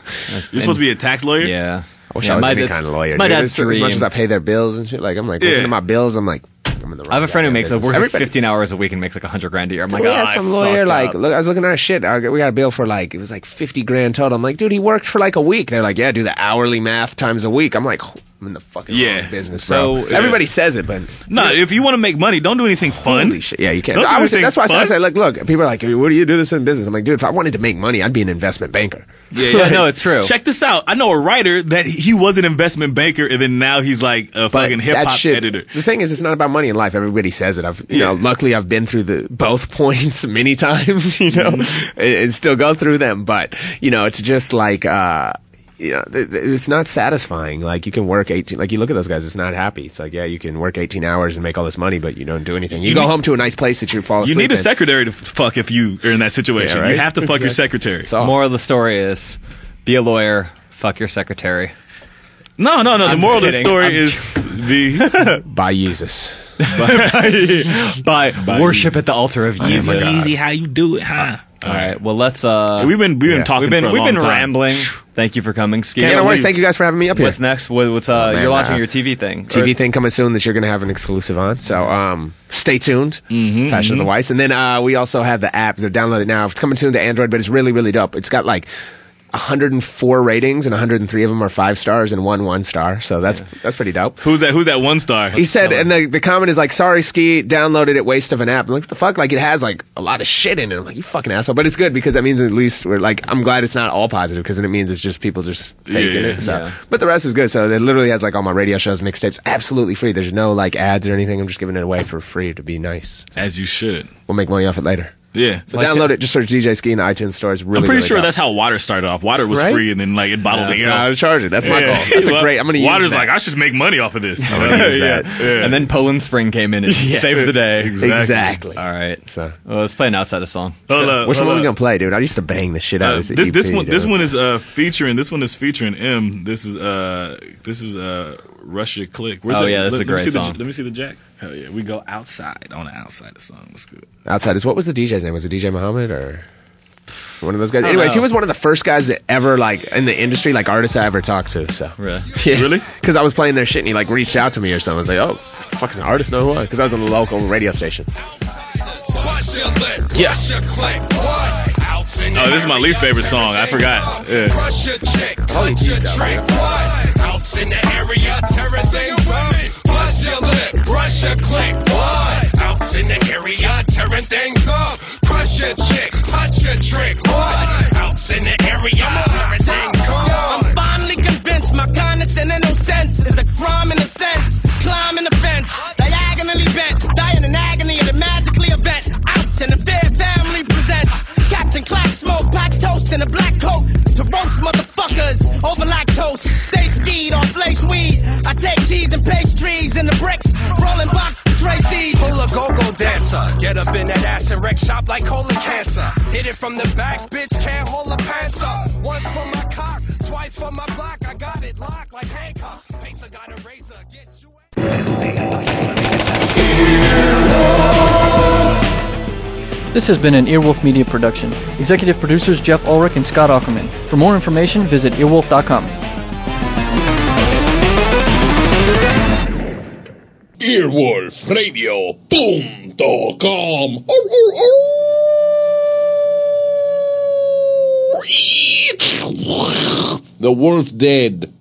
you're supposed to be a tax lawyer
Yeah.
I wish
yeah,
I was
my
any
dad's-
kind of lawyer.
It's my
dude.
dad's
as, as
dream.
much as I pay their bills and shit, like I'm like looking
Yeah.
at my bills, I'm like, I'm in the. Wrong
I have a friend who makes like,
goddamn business.
works like
Everybody-
15 hours a week and makes like 100 grand a year. I'm like,
we
oh,
had
I
some lawyer
fucked
like oh.
up."
look. I was looking at our shit. I, we got a bill for like it was like fifty grand total. I'm like, dude, he worked for like a week. They're like, yeah, do the hourly math times a week. I'm like, I'm in the fucking wrong
Yeah.
business,
So-
bro. Everybody says it, but
no if you want to make money don't do anything fun
Holy shit! Yeah, you can't.
Don't do
I was,
anything
that's why I said, I
fun.
said, like, look, people are like, "What do you do this in business?" I'm like, dude, if I wanted to make money, I'd be an investment banker.
Yeah,
Yeah, no, it's true.
Check this out. I know a writer that he was an investment banker, and then now he's like a fucking hip
that
hop
shit-
editor.
The thing is, it's not about money in life. Everybody says it. I've, you know,
Yeah.
luckily I've been through the both points many times, you know,
Mm-hmm.
and, and still go through them. But you know, it's just like, uh, you know, th- th- it's not satisfying. Like you can work eighteen. Like you look at those guys, it's not happy. It's like, yeah, you can work eighteen hours and make all this money, but you don't do anything. You,
You
go
need-
home to a nice place that you fall
You
asleep.
need a
in.
secretary to f- fuck if you are in that situation.
Yeah, right?
You have to fuck your
Exactly.
secretary.
So-
Moral of the story is, be a lawyer, fuck your secretary.
no, no, no. The
I'm
moral of the
just
story
kidding. I'm
is the
by Jesus.
By, worship
Yeezy.
at the altar of
easy, Oh
Yeezy.
easy how you do it, huh?
All right, well let's. uh
We've been we've been talking.
We've been
for a
we've
long
been
time.
rambling. Thank you for coming, Ski.
Yeah, no worries. Thank you guys for having me up here.
What's next? What, what's uh?
man,
you're launching
uh,
your TV thing.
TV thing coming soon that you're going to have an exclusive on. So um, stay tuned. Passion of the Weiss. And then uh, we also have the app. So download it now. It's coming soon to Android, but it's really, really dope. It's got like 104 ratings, and 103 of them are five stars and one one star. So that's that's pretty dope.
Who's that? Who's that one star?
He said, and the, the comment is like, sorry, Ski, downloaded it, waste of an app. I'm like, what the fuck? Like, it has like a lot of shit in it. I'm like, you fucking asshole. But it's good because that means at least we're like, I'm glad it's not all positive because then it means it's just people just faking
Yeah,
it. So,
yeah.
but the rest is good. So it literally has like all my radio shows, mixtapes, absolutely free. There's no like ads or anything. I'm just giving it away for free to be nice.
as you should.
We'll make money off it later.
Yeah.
So
Like
download
it.
it. Just search DJ Ski in the iTunes store. It's really,
I'm pretty
really
sure
dope.
that's how water started off. Water was
Right?
free, and then like it bottled
That's how
itself.
I charge it. That's my
oh,
goal. That's a
Well,
great. I'm gonna use
Water's
that.
like "Ah, I should make money off of this. I'm
gonna use that.
And then Poland Spring came in and saved the day.
Exactly.
exactly.
All right.
So-
well, let's play an outside of song.
Which one are we gonna play, dude? I used to bang the shit out of
Uh,
this.
this this
EP,
one this
dude.
one is uh featuring this one is featuring M. This is uh this is uh Russia Click. Where's
Oh,
that?
yeah, that's a
let, let me
great
see the-
song.
let me see the jack. Hell yeah, we go outside on the outside of song. That's good.
outside is what was the DJ's name? Was it DJ Muhammad or one of those guys?
don't
Anyways, he
know.
was one of the first guys that ever like in the industry, like artists I ever talked to. So
Really?
Really?
Because I was playing their shit and he like reached out to me or something. I was like, oh, fuck's an artist? No one. Because I was on the local radio station.
Yeah. Oh,
this is my least favorite song. I forgot. Yeah.
Holy geez, that might
Outs in the area, terrorizing women. Bust your lip, brush your click. What? Outs in the area, tearing things up. Crush your chick, touch your trick. What? Outs in the area, tearing things up.
I'm finally convinced my kindness and innocence is a crime in a sense. Climbing the fence, diagonally bent, dying in agony at a magically event. Outs in the fair family presents Captain Clack Smoke, packed toast in a black coat to roast motherfuckers over lactose. Stay skied on lace weed. I take cheese and pastries in the bricks, rolling box to Tracy's.
Pull a go-go dancer. Get up in that ass and wreck shop like colon cancer. Hit it from the back, bitch, can't hold a pants up. Once for my cock, twice for my block. I got it locked like handcuffs. Pacer got a razor, get you a-
This has been an Earwolf Media production. Executive producers Jeff Ulrich and Scott Ackerman. For more information, visit earwolf.com.
Earwolfradio.com. The wolf dead.